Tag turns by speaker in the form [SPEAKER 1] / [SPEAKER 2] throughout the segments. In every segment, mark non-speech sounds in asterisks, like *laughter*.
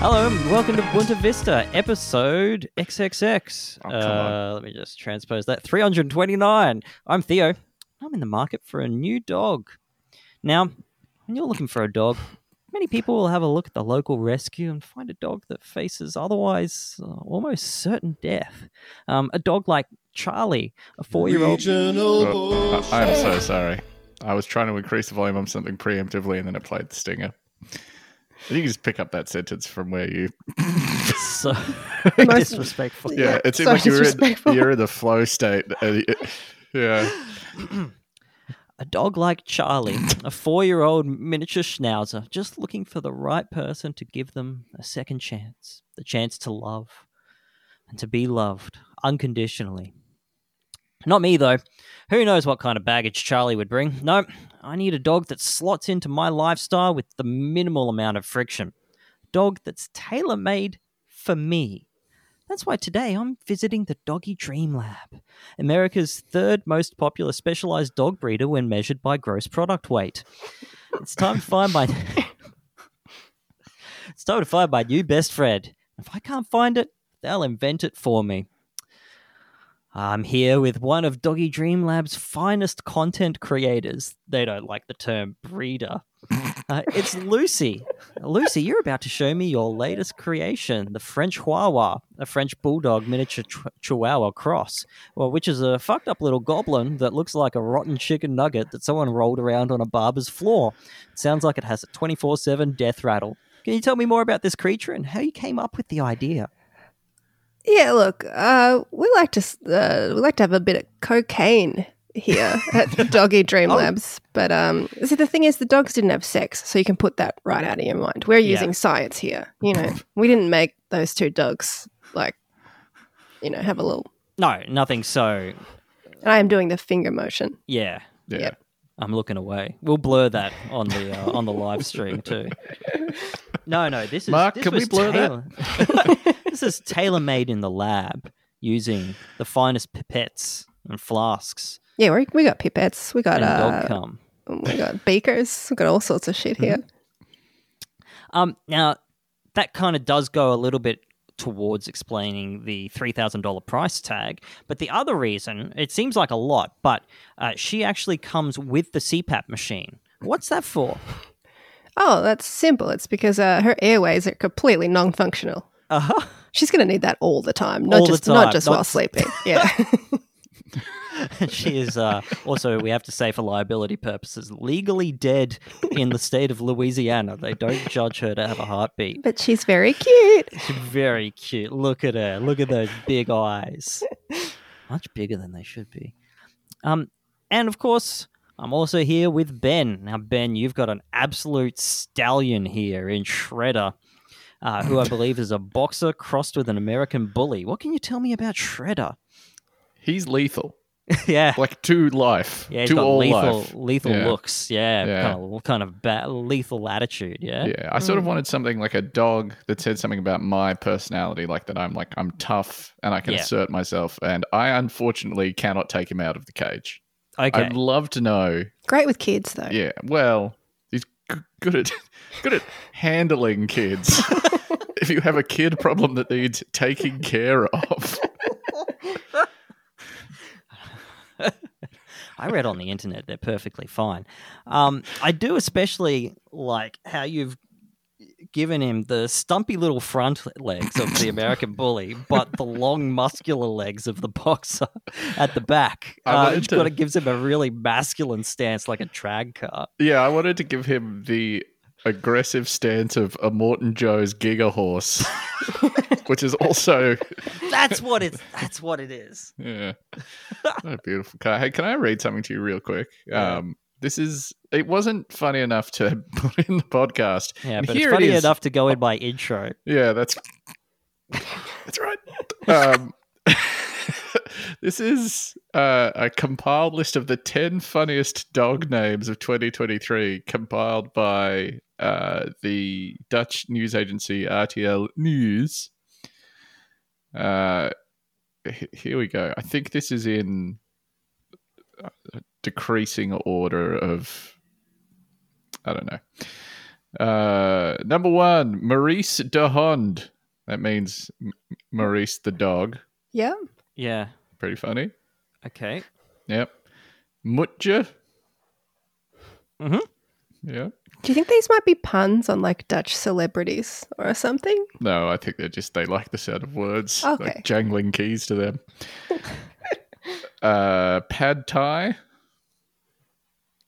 [SPEAKER 1] welcome to Bunta Vista, episode XXX.
[SPEAKER 2] Oh, come
[SPEAKER 1] uh,
[SPEAKER 2] on.
[SPEAKER 1] let me just transpose that. 329. I'm Theo. I'm in the market for a new dog. Now, when you're looking for a dog, many people will have a look at the local rescue and find a dog that faces otherwise uh, almost certain death. Um, a dog like Charlie, a four year old.
[SPEAKER 2] Oh, I- I'm
[SPEAKER 3] *laughs*
[SPEAKER 2] so sorry. I was trying to increase the volume on something preemptively, and then it played the stinger. You can just pick up that sentence from where you.
[SPEAKER 1] So *laughs*
[SPEAKER 3] Most-
[SPEAKER 1] disrespectful.
[SPEAKER 2] Yeah, it seemed
[SPEAKER 3] so
[SPEAKER 2] like you were, in,
[SPEAKER 3] disrespectful.
[SPEAKER 2] you were in the flow
[SPEAKER 3] *laughs*
[SPEAKER 2] state. and it- yeah,
[SPEAKER 1] A dog like Charlie, a four year old miniature schnauzer, just looking for the right person to give them a second chance, the chance to love and to be loved unconditionally. Not me, though. Who knows what kind of baggage Charlie would bring? No, I need a dog that slots into my lifestyle with the minimal amount of friction. A dog that's tailor made for me. That's why today I'm visiting the Doggy Dream Lab, America's third most popular specialized dog breeder when measured by gross product weight. It's time to find my *laughs* It's time to find my new best friend. If I can't find it, they'll invent it for me. I'm here with one of Doggy Dream Lab's finest content creators. They don't like the term breeder. Uh, it's Lucy. Lucy, you're about to show me your latest creation, the French Chihuahua, a French bulldog miniature ch- chihuahua cross, well, which is a fucked up little goblin that looks like a rotten chicken nugget that someone rolled around on a barber's floor. sounds like it has a 24 7 death rattle. Can you tell me more about this creature and how you came up with the idea?
[SPEAKER 3] Yeah, look, uh, we like to s- uh, we like to have a bit of cocaine
[SPEAKER 1] *laughs*
[SPEAKER 3] here at Doggy Dream
[SPEAKER 1] Oh.
[SPEAKER 3] Labs, but um, see, the thing is, the dogs didn't have sex, so you can put that right out of your mind. We're
[SPEAKER 1] Yeah.
[SPEAKER 3] using science here,
[SPEAKER 1] *laughs*
[SPEAKER 3] you know. we didn't make those two dogs like, you know, have a little.
[SPEAKER 1] No, nothing. So,
[SPEAKER 3] I am doing the finger motion.
[SPEAKER 1] yeah,
[SPEAKER 2] yeah.
[SPEAKER 3] Yep.
[SPEAKER 1] I'm looking away. We'll blur that on the uh, on the live stream too. No, no, this is
[SPEAKER 2] Mark,
[SPEAKER 1] this
[SPEAKER 2] can we
[SPEAKER 1] was
[SPEAKER 2] blur
[SPEAKER 1] tailor- that? *laughs* this is tailor made in the lab using the finest pipettes and flasks
[SPEAKER 3] Yeah, we we got pipettes, we got
[SPEAKER 1] and dog
[SPEAKER 3] uh,
[SPEAKER 1] cum. Mm-hmm.
[SPEAKER 3] we got beakers, we got all sorts of shit here.
[SPEAKER 1] Um, now that kind of does go a little bit towards explaining the three thousand dollar price tag, but the other reason it seems like a lot, but uh, she actually comes with the CPAP machine. What's that for?
[SPEAKER 3] Oh, that's simple. It's because uh, her airways are completely non-functional.
[SPEAKER 1] Uh huh.
[SPEAKER 3] She's going to need that all the time, not
[SPEAKER 1] All the
[SPEAKER 3] just
[SPEAKER 1] time,
[SPEAKER 3] not just
[SPEAKER 1] not-
[SPEAKER 3] while sleeping. Yeah,
[SPEAKER 1] *laughs* she is uh, also, we have to say for liability purposes, legally dead in the state of Louisiana. They don't judge her to have a heartbeat.
[SPEAKER 3] *laughs* but she's very cute.
[SPEAKER 1] She's very cute. Look at her. Look at those big eyes. *laughs* Much bigger than they should be. Um, and of course, I'm also here with Ben. Now, Ben, you've got an absolute stallion here in Shredder, uh, who I believe is a boxer crossed with an American bully. What can you tell me about Shredder?
[SPEAKER 2] He's lethal,
[SPEAKER 1] *laughs* yeah.
[SPEAKER 2] like to life,
[SPEAKER 1] Yeah, he's
[SPEAKER 2] to
[SPEAKER 1] got
[SPEAKER 2] all
[SPEAKER 1] lethal,
[SPEAKER 2] life.
[SPEAKER 1] lethal
[SPEAKER 2] Yeah.
[SPEAKER 1] looks. Yeah,
[SPEAKER 2] Yeah.
[SPEAKER 1] kind of, kind of ba- lethal attitude. Yeah,
[SPEAKER 2] Yeah, I
[SPEAKER 3] Hmm.
[SPEAKER 2] sort of wanted something like a dog that said something about my personality, like that I'm like I'm tough and I can
[SPEAKER 1] Yeah.
[SPEAKER 2] assert myself, and I unfortunately cannot take him out of the cage.
[SPEAKER 1] okay.
[SPEAKER 2] I'd love to know.
[SPEAKER 3] Great with kids though.
[SPEAKER 2] Yeah, well, he's g- good at *laughs* good at handling kids. if you have a kid problem that needs taking care of,
[SPEAKER 1] I read on the internet they're perfectly fine. Um, I do especially like how you've given him the stumpy little front legs of the
[SPEAKER 2] *laughs*
[SPEAKER 1] American bully, but the long muscular legs of the boxer at the back,
[SPEAKER 2] I
[SPEAKER 1] uh,
[SPEAKER 2] wanted
[SPEAKER 1] which
[SPEAKER 2] to-
[SPEAKER 1] kind of gives him a really masculine stance, like a drag car.
[SPEAKER 2] yeah, I wanted to give him the aggressive stance of a Morton Joe's Giga Horse, which is also
[SPEAKER 1] That's what it's. That's what it is.
[SPEAKER 2] Yeah. what a beautiful car. Hey, can I read something to you real quick?
[SPEAKER 1] Yeah.
[SPEAKER 2] Um, this is it wasn't funny enough to *laughs* put in the podcast.
[SPEAKER 1] Yeah,
[SPEAKER 2] And
[SPEAKER 1] but it's
[SPEAKER 2] here it
[SPEAKER 1] funny
[SPEAKER 2] is.
[SPEAKER 1] enough to go in my intro.
[SPEAKER 2] Yeah, that's that's right. Um, *laughs* this is uh, a compiled list of the 10 funniest dog names of 2023 compiled by uh, the Dutch news agency RTL News. Uh, h- here we go. I think this is in a decreasing order of I don't know. Uh, number one, Maurice de Hond, That means M- Maurice the dog.
[SPEAKER 3] Yeah.
[SPEAKER 1] Yeah.
[SPEAKER 2] Pretty funny.
[SPEAKER 1] Okay.
[SPEAKER 2] Yep. Mutja.
[SPEAKER 1] Mhm.
[SPEAKER 2] Yeah.
[SPEAKER 3] Do you think these might be puns on like Dutch celebrities or something?
[SPEAKER 2] No, I think they're just they like the sound of words,
[SPEAKER 3] Okay.
[SPEAKER 2] like jangling keys to
[SPEAKER 3] *laughs*
[SPEAKER 2] them. uh, pad Thai,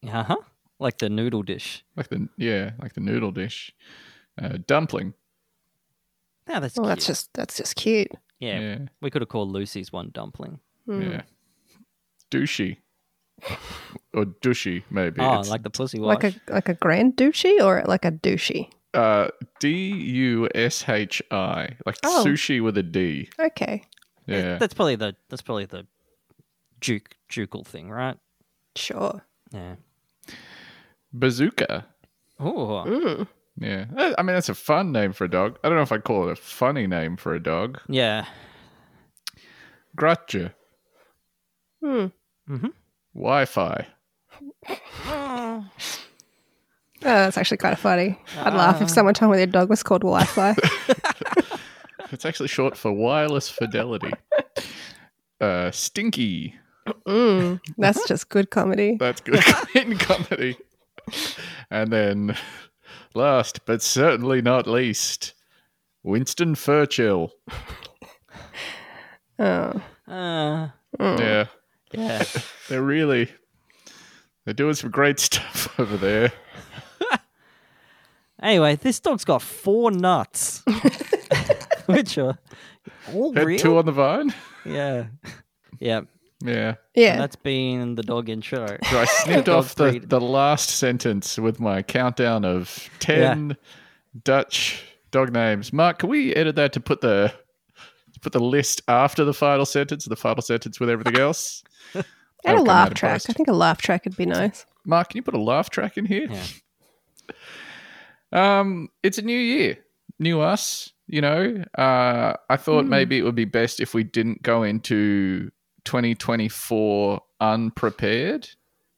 [SPEAKER 1] Uh huh. Like the noodle dish.
[SPEAKER 2] like the yeah, like the noodle dish. Uh, dumpling.
[SPEAKER 1] Now that's
[SPEAKER 3] Well,
[SPEAKER 1] cute.
[SPEAKER 3] Oh, that's just that's just cute.
[SPEAKER 1] yeah,
[SPEAKER 2] Yeah, yeah.
[SPEAKER 1] We could have called Lucy's one dumpling.
[SPEAKER 3] Mm.
[SPEAKER 2] Douchey. Or douchey, maybe.
[SPEAKER 1] oh,
[SPEAKER 2] It's-
[SPEAKER 1] like the pussy wash.
[SPEAKER 3] Like a like a grand douchey or like a douchey.
[SPEAKER 2] uh, D U S H I, like
[SPEAKER 3] Oh.
[SPEAKER 2] sushi with a D.
[SPEAKER 3] Okay,
[SPEAKER 1] Yeah,
[SPEAKER 2] Yeah,
[SPEAKER 1] That's probably the that's probably the duke ducal thing, right?
[SPEAKER 3] sure. Oh,
[SPEAKER 1] Yeah.
[SPEAKER 2] bazooka.
[SPEAKER 1] Oh,
[SPEAKER 3] Mm.
[SPEAKER 2] Yeah, Uh, I mean that's a fun name for a dog. I don't know if I call it a funny name for a dog. *gasps*
[SPEAKER 1] yeah.
[SPEAKER 2] Grutja.
[SPEAKER 3] Mm.
[SPEAKER 2] Wi-Fi.
[SPEAKER 1] Oh.
[SPEAKER 3] Oh, that's actually kind of funny. I'd laugh if someone told me their dog was called
[SPEAKER 1] *laughs*
[SPEAKER 3] Wi-Fi.
[SPEAKER 2] It's actually short for wireless fidelity. Uh, stinky.
[SPEAKER 3] mm. That's just good comedy.
[SPEAKER 2] That's good in comedy. And then, last but certainly not least, Winston Churchill.
[SPEAKER 3] Oh.
[SPEAKER 1] Uh,
[SPEAKER 3] Mm.
[SPEAKER 2] Yeah,
[SPEAKER 1] yeah.
[SPEAKER 2] they're really they're doing some great *laughs* stuff over there.
[SPEAKER 1] Anyway, this dog's got four
[SPEAKER 2] *laughs*
[SPEAKER 1] nuts, which are all
[SPEAKER 2] Had
[SPEAKER 1] real.
[SPEAKER 2] two on the vine.
[SPEAKER 1] yeah. Yeah.
[SPEAKER 2] Yeah.
[SPEAKER 1] And
[SPEAKER 3] Yeah.
[SPEAKER 1] that's been the dog intro. *laughs*
[SPEAKER 2] So I snipped
[SPEAKER 1] Dog
[SPEAKER 2] off the,
[SPEAKER 1] breed.
[SPEAKER 2] the last sentence with my countdown of 10 Dutch dog names. Mark, can we edit that to put the to put the list after the final sentence, the final sentence with everything else?
[SPEAKER 3] And a
[SPEAKER 2] That'll come out
[SPEAKER 3] laugh
[SPEAKER 2] in
[SPEAKER 3] track.
[SPEAKER 2] post.
[SPEAKER 3] I think a laugh track would be nice.
[SPEAKER 2] Mark, can you put a laugh track in here?
[SPEAKER 1] Yeah.
[SPEAKER 2] *laughs* Um, it's a new year, new us. You know, uh, I thought
[SPEAKER 3] Hmm.
[SPEAKER 2] maybe it would be best if we didn't go into 2024 unprepared.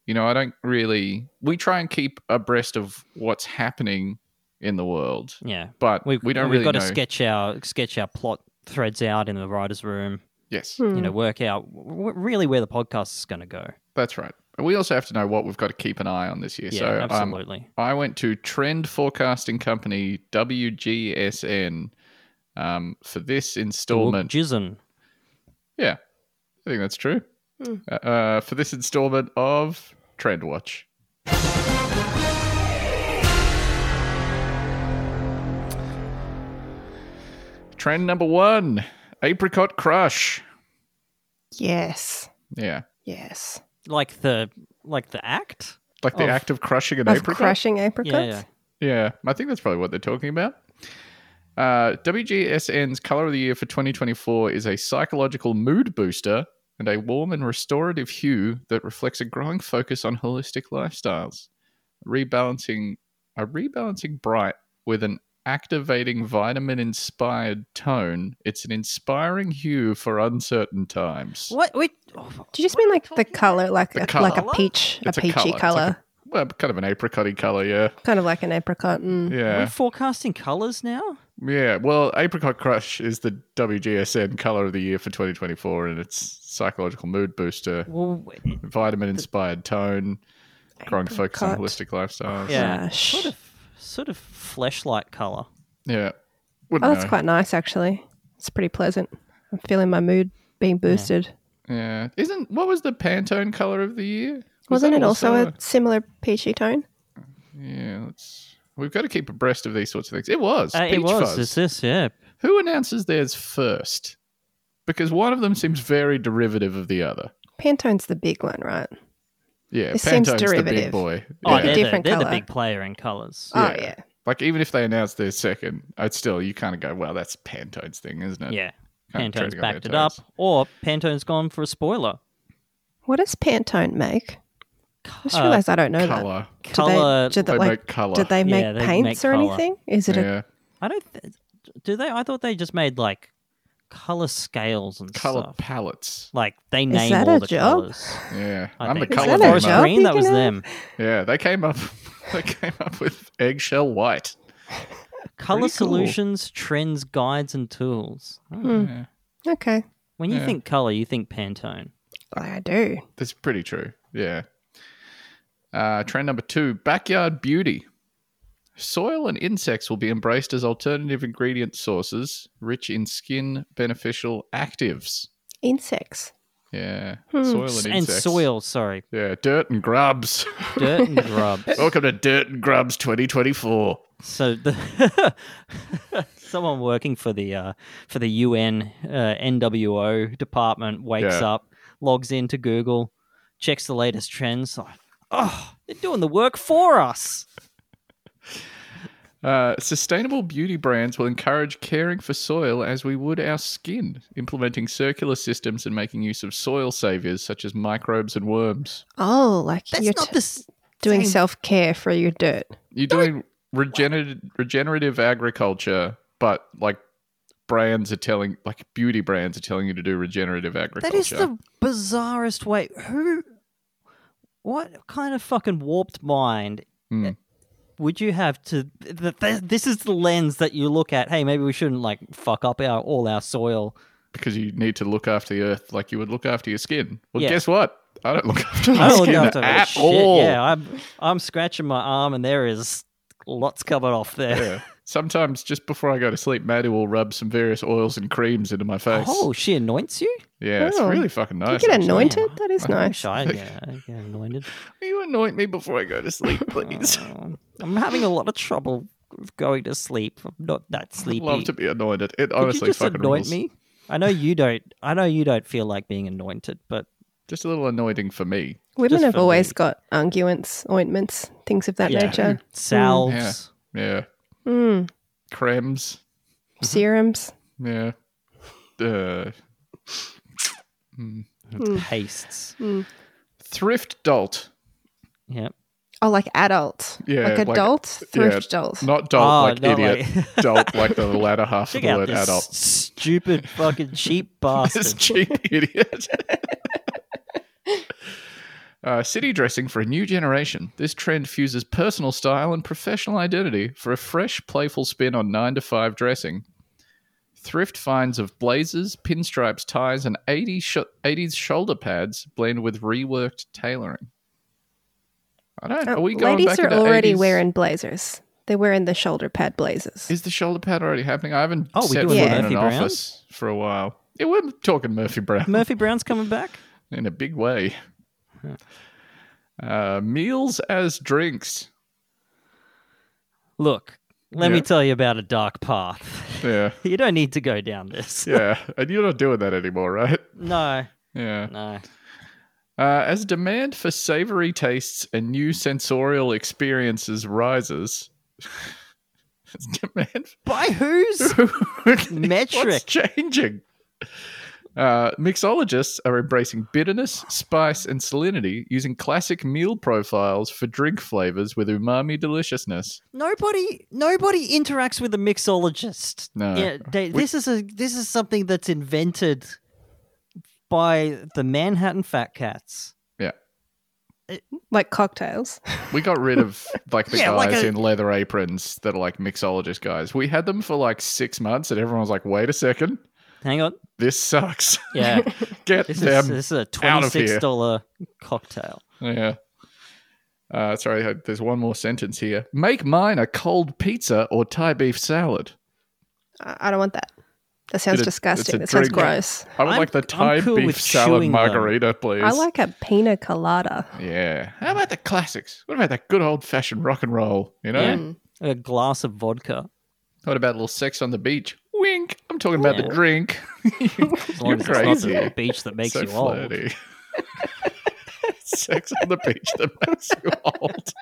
[SPEAKER 2] You know, I don't really. We try and keep abreast of what's happening in the world,
[SPEAKER 1] Yeah.
[SPEAKER 2] but
[SPEAKER 1] We've,
[SPEAKER 2] we don't
[SPEAKER 1] we've
[SPEAKER 2] really
[SPEAKER 1] got
[SPEAKER 2] know.
[SPEAKER 1] to sketch our sketch our plot threads out in the writer's room.
[SPEAKER 2] yes,
[SPEAKER 3] Hmm.
[SPEAKER 1] You know, work out w- really where the podcast is going to go.
[SPEAKER 2] that's right. And we also have to know what we've got to keep an eye on this year.
[SPEAKER 1] Yeah,
[SPEAKER 2] so um,
[SPEAKER 1] absolutely.
[SPEAKER 2] I went to trend forecasting company WGSN um, for this installment.
[SPEAKER 1] Jizzin.
[SPEAKER 2] Yeah, I think that's true.
[SPEAKER 3] Hmm.
[SPEAKER 2] Uh, Uh, for this installment of Trend Watch. Trend number one apricot crush.
[SPEAKER 3] Yes.
[SPEAKER 2] Yeah.
[SPEAKER 3] Yes.
[SPEAKER 1] Like the like the act?
[SPEAKER 2] Like the
[SPEAKER 1] Of-
[SPEAKER 2] act of crushing an
[SPEAKER 3] Of
[SPEAKER 2] apricot.
[SPEAKER 3] crushing apricots.
[SPEAKER 1] Yeah, yeah.
[SPEAKER 2] Yeah, I think that's probably what they're talking about. Uh, WGSN's Color of the Year for 2024 is a psychological mood booster and a warm and restorative hue that reflects a growing focus on holistic lifestyles, rebalancing a rebalancing bright with an activating vitamin inspired tone. It's an inspiring hue for uncertain times.
[SPEAKER 1] What? Wait. oh,
[SPEAKER 3] Do you just mean like the color, like
[SPEAKER 2] The
[SPEAKER 3] a,
[SPEAKER 2] colour.
[SPEAKER 3] like a peach,
[SPEAKER 2] It's
[SPEAKER 3] a
[SPEAKER 2] a colour.
[SPEAKER 3] peachy
[SPEAKER 2] It's like
[SPEAKER 3] color,
[SPEAKER 2] Well, kind of an apricotty color, yeah.
[SPEAKER 3] kind of like an apricot? Mm.
[SPEAKER 1] Are we
[SPEAKER 2] Yeah.
[SPEAKER 1] forecasting colors now?
[SPEAKER 2] Yeah, well, Apricot Crush is the WGSN color of the year for 2024, and it's psychological mood booster,
[SPEAKER 1] Well, w-
[SPEAKER 2] vitamin inspired tone, growing focus on
[SPEAKER 3] Apricot
[SPEAKER 2] holistic lifestyles.
[SPEAKER 1] Yeah.
[SPEAKER 3] crush.
[SPEAKER 1] sort of, sort of fleshlight color.
[SPEAKER 2] yeah.
[SPEAKER 3] Oh,
[SPEAKER 2] Wouldn't
[SPEAKER 3] that's
[SPEAKER 2] know.
[SPEAKER 3] quite nice actually. It's pretty pleasant. I'm feeling my mood being boosted.
[SPEAKER 2] Yeah, isn't what was the Pantone color of the year? Was
[SPEAKER 3] Wasn't
[SPEAKER 2] that
[SPEAKER 3] it also, a similar peachy tone?
[SPEAKER 2] Yeah, let's. We've got to keep abreast of these sorts of things. It was.
[SPEAKER 1] Uh,
[SPEAKER 2] Peach
[SPEAKER 1] it was.
[SPEAKER 2] Fuzz.
[SPEAKER 1] It's this, yeah.
[SPEAKER 2] Who announces theirs first? Because one of them seems very derivative of the other.
[SPEAKER 3] Pantone's the big one, right?
[SPEAKER 2] Yeah,
[SPEAKER 3] It seems
[SPEAKER 2] Pantone's the big
[SPEAKER 3] derivative.
[SPEAKER 2] boy.
[SPEAKER 1] Oh,
[SPEAKER 2] Yeah.
[SPEAKER 1] they're, the,
[SPEAKER 3] Different
[SPEAKER 1] they're the
[SPEAKER 3] colour.
[SPEAKER 1] big player in colors.
[SPEAKER 3] Oh yeah.
[SPEAKER 2] Like even if they announced their second, I'd still you kind of go, well, that's Pantone's thing, isn't it?
[SPEAKER 1] yeah.
[SPEAKER 2] Kind of
[SPEAKER 1] Pantone's
[SPEAKER 2] treading on their
[SPEAKER 1] backed it up,
[SPEAKER 2] toes.
[SPEAKER 1] or Pantone's gone for a spoiler.
[SPEAKER 3] What does Pantone make? I just
[SPEAKER 1] Uh,
[SPEAKER 3] realized I don't know that.
[SPEAKER 2] Color.
[SPEAKER 3] Do
[SPEAKER 1] Colour-
[SPEAKER 3] They, do
[SPEAKER 2] They
[SPEAKER 3] they, like,
[SPEAKER 2] make color.
[SPEAKER 3] did they make
[SPEAKER 1] Yeah, they
[SPEAKER 3] paints
[SPEAKER 1] make
[SPEAKER 3] or
[SPEAKER 1] colour.
[SPEAKER 3] anything? Is it
[SPEAKER 2] yeah,
[SPEAKER 1] I don't. Th- do they? I thought they just made like color scales and
[SPEAKER 2] color
[SPEAKER 1] stuff.
[SPEAKER 2] palettes.
[SPEAKER 1] Like they name
[SPEAKER 3] that
[SPEAKER 1] all
[SPEAKER 3] a
[SPEAKER 1] the
[SPEAKER 3] job?
[SPEAKER 1] colors.
[SPEAKER 2] Yeah,
[SPEAKER 1] I
[SPEAKER 2] I'm the
[SPEAKER 1] think.
[SPEAKER 3] Is
[SPEAKER 2] color
[SPEAKER 3] that a
[SPEAKER 2] name.
[SPEAKER 1] Forest
[SPEAKER 3] job?
[SPEAKER 2] up.
[SPEAKER 1] green.
[SPEAKER 3] you
[SPEAKER 1] That was
[SPEAKER 3] can have?
[SPEAKER 1] them.
[SPEAKER 2] *laughs* Yeah, they came up. They came up with eggshell white.
[SPEAKER 3] a
[SPEAKER 1] Color
[SPEAKER 2] cool.
[SPEAKER 1] solutions, trends, guides, and tools.
[SPEAKER 3] Hmm.
[SPEAKER 2] Yeah,
[SPEAKER 3] Okay.
[SPEAKER 1] When you
[SPEAKER 2] Yeah.
[SPEAKER 1] think color, you think Pantone.
[SPEAKER 3] I do.
[SPEAKER 2] that's pretty true. Yeah. Uh, trend number two backyard beauty. Soil and insects will be embraced as alternative ingredient sources, rich in skin beneficial actives.
[SPEAKER 3] Insects.
[SPEAKER 2] Yeah.
[SPEAKER 3] Hmm.
[SPEAKER 2] Soil
[SPEAKER 1] S-
[SPEAKER 2] and
[SPEAKER 1] And
[SPEAKER 2] insects.
[SPEAKER 1] soil, sorry.
[SPEAKER 2] Yeah, dirt and *laughs* grubs.
[SPEAKER 1] Dirt and grubs.
[SPEAKER 2] Welcome to Dirt and Grubs 2024.
[SPEAKER 1] So the *laughs* someone working for the uh, for the UN uh, NWO department wakes
[SPEAKER 2] Yeah.
[SPEAKER 1] up, logs into Google, checks the latest trends. Like, oh, they're doing the work for us.
[SPEAKER 2] Uh, sustainable beauty brands will encourage caring for soil as we would our skin, implementing circular systems and making use of soil saviors such as microbes and worms.
[SPEAKER 3] Oh, like
[SPEAKER 1] That's
[SPEAKER 3] you're
[SPEAKER 1] not
[SPEAKER 3] t-
[SPEAKER 1] the s-
[SPEAKER 3] doing
[SPEAKER 1] same-
[SPEAKER 3] self care for your dirt.
[SPEAKER 2] You're doing regenerative, regenerative agriculture, but like brands are telling, like beauty brands are telling you to do regenerative agriculture.
[SPEAKER 1] That is the bizarrest way. Who? What kind of fucking warped mind
[SPEAKER 2] Hmm.
[SPEAKER 1] would you have to? Th- th- this is the lens that you look at. Hey, maybe we shouldn't like fuck up our all our
[SPEAKER 2] *laughs*
[SPEAKER 1] soil.
[SPEAKER 2] because you need to look after the earth like you would look after your skin. Well,
[SPEAKER 1] Yeah.
[SPEAKER 2] guess what? I don't look after my
[SPEAKER 1] I don't
[SPEAKER 2] skin
[SPEAKER 1] know if I've got
[SPEAKER 2] at
[SPEAKER 1] shit.
[SPEAKER 2] all.
[SPEAKER 1] Yeah, I'm I'm scratching my arm and there is lots coming off there.
[SPEAKER 2] Yeah. *laughs* Sometimes just before I go to sleep, Maddie will rub some various oils and creams into my face.
[SPEAKER 1] Oh, she anoints you.
[SPEAKER 2] yeah, it's
[SPEAKER 3] Oh.
[SPEAKER 2] really fucking nice.
[SPEAKER 3] you get
[SPEAKER 2] actually.
[SPEAKER 3] anointed? That is
[SPEAKER 2] I
[SPEAKER 1] I
[SPEAKER 3] nice.
[SPEAKER 1] wish I
[SPEAKER 2] *laughs*
[SPEAKER 1] yeah, I get anointed.
[SPEAKER 2] Will you anoint me before I go
[SPEAKER 1] *laughs*
[SPEAKER 2] to sleep, please?
[SPEAKER 1] Um, I'm having a lot of trouble with going to sleep. I'm not that
[SPEAKER 2] I'd
[SPEAKER 1] sleepy.
[SPEAKER 2] love to be anointed. It
[SPEAKER 1] Could
[SPEAKER 2] honestly
[SPEAKER 1] you just
[SPEAKER 2] fucking
[SPEAKER 1] anoint
[SPEAKER 2] rules.
[SPEAKER 1] me? I know you don't. I know you don't feel like being anointed, but
[SPEAKER 2] Just a little anointing for me.
[SPEAKER 3] Women
[SPEAKER 1] Just
[SPEAKER 3] have
[SPEAKER 1] for
[SPEAKER 3] always
[SPEAKER 1] me.
[SPEAKER 3] got unguents, ointments, things of that
[SPEAKER 1] Yeah. Mm.
[SPEAKER 3] nature.
[SPEAKER 1] salves.
[SPEAKER 2] Yeah,
[SPEAKER 3] Mm.
[SPEAKER 2] Mm-hmm. creams.
[SPEAKER 3] Serums.
[SPEAKER 2] Yeah. Uh, hmm.
[SPEAKER 3] Mm.
[SPEAKER 1] Pastes.
[SPEAKER 3] Mm.
[SPEAKER 2] Thrift dolt,
[SPEAKER 1] Yeah.
[SPEAKER 3] Oh, like adult.
[SPEAKER 2] Yeah,
[SPEAKER 3] Like
[SPEAKER 2] like-
[SPEAKER 3] adult,
[SPEAKER 2] yeah.
[SPEAKER 3] thrift adult.
[SPEAKER 2] not dolt
[SPEAKER 1] Oh,
[SPEAKER 2] like
[SPEAKER 1] not
[SPEAKER 2] idiot.
[SPEAKER 1] *laughs* like-
[SPEAKER 2] dolt like the latter half
[SPEAKER 1] Check
[SPEAKER 2] of the
[SPEAKER 1] out
[SPEAKER 2] word
[SPEAKER 1] this
[SPEAKER 2] adult.
[SPEAKER 1] stupid fucking
[SPEAKER 2] *laughs*
[SPEAKER 1] cheap
[SPEAKER 2] this
[SPEAKER 1] bastard.
[SPEAKER 2] cheap idiot. *laughs* Uh, city dressing for a new generation. This trend fuses personal style and professional identity for a fresh, playful spin on 9 to 5 dressing. Thrift finds of blazers, pinstripes, ties, and 80 sh- 80s shoulder pads blend with reworked tailoring. I don't. Are we going
[SPEAKER 3] Uh, ladies
[SPEAKER 2] back
[SPEAKER 3] are
[SPEAKER 2] into
[SPEAKER 3] already
[SPEAKER 2] 80s?
[SPEAKER 3] wearing blazers. They're wearing the shoulder pad blazers.
[SPEAKER 2] Is the shoulder pad already happening? I haven't
[SPEAKER 1] Oh, we
[SPEAKER 2] set
[SPEAKER 1] doing
[SPEAKER 2] foot in
[SPEAKER 1] Murphy
[SPEAKER 2] an
[SPEAKER 1] Brown?
[SPEAKER 2] office for a while. Yeah, we're talking
[SPEAKER 1] *laughs*
[SPEAKER 2] Murphy Brown.
[SPEAKER 1] Murphy Brown's coming back.
[SPEAKER 2] in a big way. Uh, meals as drinks.
[SPEAKER 1] Look, let me
[SPEAKER 2] Yeah.
[SPEAKER 1] tell you about a dark path. *laughs*
[SPEAKER 2] Yeah,
[SPEAKER 1] You don't need to go down this.
[SPEAKER 2] yeah. and you're not doing that anymore, right?
[SPEAKER 1] No,
[SPEAKER 2] Yeah.
[SPEAKER 1] no.
[SPEAKER 2] Uh, as demand for savory tastes and new sensorial experiences rises, *laughs* as demand
[SPEAKER 1] By whose? *laughs*
[SPEAKER 2] for *laughs* What's
[SPEAKER 1] Metric.
[SPEAKER 2] changing. Uh, mixologists are embracing bitterness, spice, and salinity using classic meal profiles for drink flavors with umami deliciousness.
[SPEAKER 1] Nobody, nobody interacts with a mixologist.
[SPEAKER 2] No.
[SPEAKER 1] Yeah, they,
[SPEAKER 2] We-
[SPEAKER 1] this is a this is something that's invented by the Manhattan Fat Cats.
[SPEAKER 3] Like cocktails.
[SPEAKER 2] We got rid of like
[SPEAKER 1] *laughs*
[SPEAKER 2] the
[SPEAKER 1] Yeah,
[SPEAKER 2] guys
[SPEAKER 1] like a-
[SPEAKER 2] in leather aprons that are like mixologist guys. We had them for like six months, and everyone was like, "Wait a second,
[SPEAKER 1] Hang on,
[SPEAKER 2] this sucks. *laughs*
[SPEAKER 1] yeah,
[SPEAKER 2] Get
[SPEAKER 1] this is
[SPEAKER 2] them."
[SPEAKER 1] this is a
[SPEAKER 2] out
[SPEAKER 1] twenty
[SPEAKER 2] of here.
[SPEAKER 1] six dollar cocktail.
[SPEAKER 2] Yeah. Uh, sorry, I- there's one more sentence here. Make mine a cold pizza or Thai beef salad.
[SPEAKER 3] I I don't want that. That sounds
[SPEAKER 2] It is- it's a
[SPEAKER 3] disgusting. That sounds
[SPEAKER 2] drink.
[SPEAKER 3] gross.
[SPEAKER 2] I would
[SPEAKER 1] I'm-
[SPEAKER 2] like the
[SPEAKER 1] I'm
[SPEAKER 2] Thai
[SPEAKER 1] cool
[SPEAKER 2] beef
[SPEAKER 1] with
[SPEAKER 2] salad
[SPEAKER 1] chewing them.
[SPEAKER 2] margarita, please.
[SPEAKER 3] I like a pina colada.
[SPEAKER 2] Yeah. How about the classics? What about that good old fashioned rock and roll? You know.
[SPEAKER 1] Yeah.
[SPEAKER 3] Mm.
[SPEAKER 1] A glass of vodka.
[SPEAKER 2] What about a little sex on the beach? Wink. I'm talking about the
[SPEAKER 1] Ooh.
[SPEAKER 2] drink.
[SPEAKER 1] As long
[SPEAKER 2] You're
[SPEAKER 1] as it's
[SPEAKER 2] crazy.
[SPEAKER 1] not the beach that makes
[SPEAKER 2] so
[SPEAKER 1] you old.
[SPEAKER 2] flirty. *laughs* Sex on the beach that makes you old.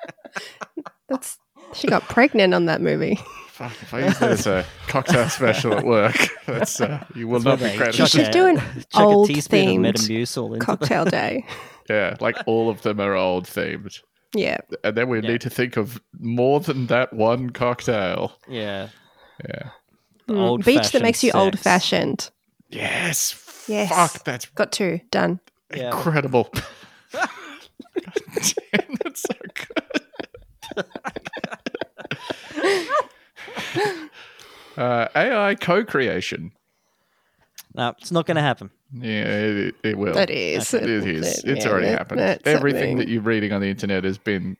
[SPEAKER 3] That's she got pregnant on that movie.
[SPEAKER 2] Fuck, *laughs* if I use that as a *laughs* cocktail special at work, that's uh, you will
[SPEAKER 1] That's
[SPEAKER 2] not be
[SPEAKER 1] where they
[SPEAKER 2] credited.
[SPEAKER 1] chuck
[SPEAKER 3] She's
[SPEAKER 1] a-
[SPEAKER 3] doing
[SPEAKER 1] chuck
[SPEAKER 3] old
[SPEAKER 1] a teaspoon of
[SPEAKER 3] themed
[SPEAKER 1] Metamucil into the
[SPEAKER 3] Cocktail day.
[SPEAKER 2] *laughs*
[SPEAKER 3] *laughs*
[SPEAKER 2] Yeah, like all of them are old themed,
[SPEAKER 3] Yeah.
[SPEAKER 2] and then we
[SPEAKER 1] Yeah.
[SPEAKER 2] need to think of more than that one cocktail.
[SPEAKER 1] Yeah.
[SPEAKER 2] Yeah.
[SPEAKER 1] The
[SPEAKER 3] Mm. Beach that
[SPEAKER 1] old-fashioned
[SPEAKER 3] makes you
[SPEAKER 1] sex.
[SPEAKER 3] old fashioned.
[SPEAKER 2] Yes.
[SPEAKER 3] Yes.
[SPEAKER 2] Fuck, that's
[SPEAKER 3] Got two. Done.
[SPEAKER 1] Yeah.
[SPEAKER 2] incredible. *laughs* God damn, that's so good. *laughs* Uh, AI co-creation.
[SPEAKER 1] No, it's not going to happen.
[SPEAKER 2] Yeah, it, it will.
[SPEAKER 3] That is.
[SPEAKER 2] It is.
[SPEAKER 3] that-
[SPEAKER 2] It's
[SPEAKER 3] yeah,
[SPEAKER 2] already
[SPEAKER 3] that-
[SPEAKER 2] happened.
[SPEAKER 3] that's
[SPEAKER 2] Everything
[SPEAKER 3] happening.
[SPEAKER 2] that you're reading on the internet has been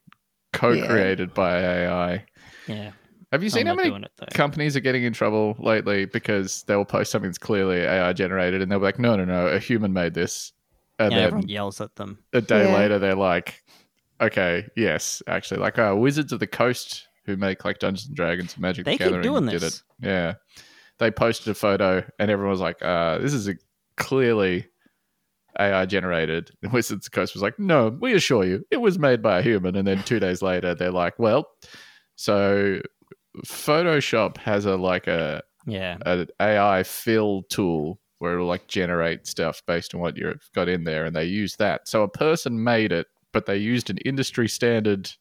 [SPEAKER 2] co-created by AI.
[SPEAKER 1] Yeah.
[SPEAKER 2] Have you seen
[SPEAKER 1] I'm
[SPEAKER 2] how
[SPEAKER 1] not
[SPEAKER 2] many
[SPEAKER 1] doing it though.
[SPEAKER 2] companies are getting in trouble lately because they'll post something that's clearly AI generated and they'll be like, "No, no, no, a human made this," and
[SPEAKER 1] yeah,
[SPEAKER 2] then
[SPEAKER 1] everyone yells at them.
[SPEAKER 2] a day
[SPEAKER 3] Yeah.
[SPEAKER 2] later they're like, "Okay, yes, actually, like uh, Wizards of the Coast, who make like Dungeons and Dragons, and Magic the
[SPEAKER 1] They keep
[SPEAKER 2] Gathering,
[SPEAKER 1] doing
[SPEAKER 2] did it.
[SPEAKER 1] this.
[SPEAKER 2] Yeah, they posted a photo and everyone was like, uh, "This is a clearly." AI generated. *laughs* And Wizards of the Coast was like, no, we assure you, it was made by a human. And then two days later, they're like, well, so Photoshop has a like a
[SPEAKER 1] Yeah.
[SPEAKER 2] an AI fill tool where it'll like generate stuff based on what you've got in there, and they use that. So a person made it, but they used an industry standard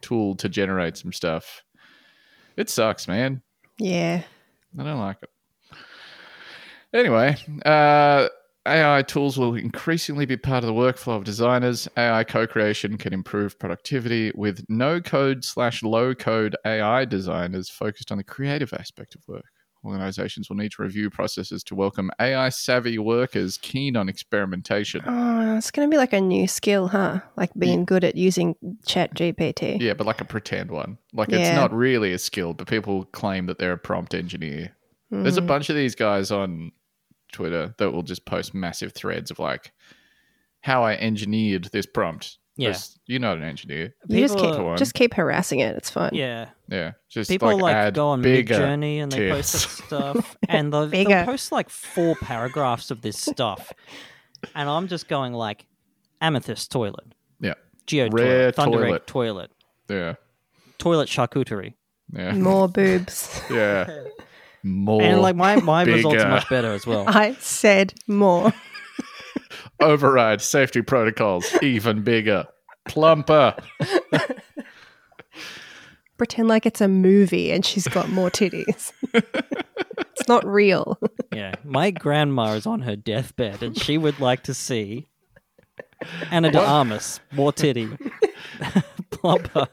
[SPEAKER 2] tool to generate some stuff. It sucks, man.
[SPEAKER 3] Yeah.
[SPEAKER 2] I don't like it. Anyway, uh, AI tools will increasingly be part of the workflow of designers. AI co creation can improve productivity with no code slash low code AI designers focused on the creative aspect of work. Organizations will need to review processes to welcome AI savvy workers keen on experimentation.
[SPEAKER 3] Oh, it's going to be like a new skill, huh? Like being good at using Chat GPT.
[SPEAKER 2] Yeah, but like a pretend one. Like it's
[SPEAKER 3] Yeah.
[SPEAKER 2] not really a skill, but people claim that they're a prompt engineer. There's a
[SPEAKER 1] Mm.
[SPEAKER 3] Mm.
[SPEAKER 2] bunch of these guys on Twitter that will just post massive threads of like how I engineered this prompt.
[SPEAKER 1] Yeah.
[SPEAKER 2] 'Cause You're not an engineer.
[SPEAKER 3] You just
[SPEAKER 1] People
[SPEAKER 3] keep
[SPEAKER 2] are-
[SPEAKER 3] just keep harassing it. It's fine.
[SPEAKER 1] Yeah.
[SPEAKER 2] Yeah. Just
[SPEAKER 1] People like,
[SPEAKER 2] add
[SPEAKER 1] go on Mid
[SPEAKER 2] bigger.
[SPEAKER 1] Journey and they post
[SPEAKER 2] tits.
[SPEAKER 1] that
[SPEAKER 2] *laughs*
[SPEAKER 1] stuff, and they'll,
[SPEAKER 3] Bigger.
[SPEAKER 1] they'll post like four paragraphs of this stuff, and I'm just going like, amethyst toilet,
[SPEAKER 2] Yeah.
[SPEAKER 1] geo
[SPEAKER 2] Rare
[SPEAKER 1] toilet, thunder
[SPEAKER 2] toilet.
[SPEAKER 1] egg toilet,
[SPEAKER 2] Yeah.
[SPEAKER 1] toilet charcuterie, *laughs*
[SPEAKER 2] Yeah.
[SPEAKER 3] *laughs*
[SPEAKER 2] *laughs*
[SPEAKER 3] More boobs.
[SPEAKER 2] Yeah. More
[SPEAKER 1] and like my my results
[SPEAKER 2] bigger.
[SPEAKER 1] are much better as
[SPEAKER 3] *laughs*
[SPEAKER 1] well.
[SPEAKER 3] I said more.
[SPEAKER 2] override safety protocols, even bigger, plumper.
[SPEAKER 3] Pretend like it's a movie and she's got more titties.
[SPEAKER 2] *laughs*
[SPEAKER 3] it's not real.
[SPEAKER 1] Yeah, my grandma is on her deathbed, and she would like to see Anna de Armas, more titty, *laughs* plumper.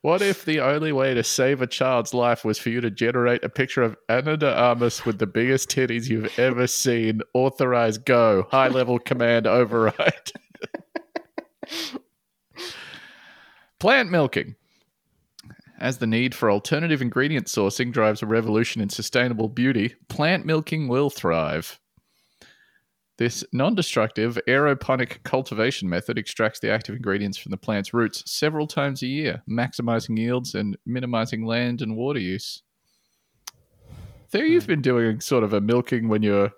[SPEAKER 2] What if the only way to save a child's life was for you to generate a picture of Anna de Armas with the biggest titties you've ever seen? Authorize go. High level command override. *laughs* Plant milking. As the need for alternative ingredient sourcing drives a revolution in sustainable beauty, plant milking will thrive. This non destructive aeroponic cultivation method extracts the active ingredients from the plant's roots several times a year, maximizing yields and minimizing land and water use. There, you've been doing sort of a milking when your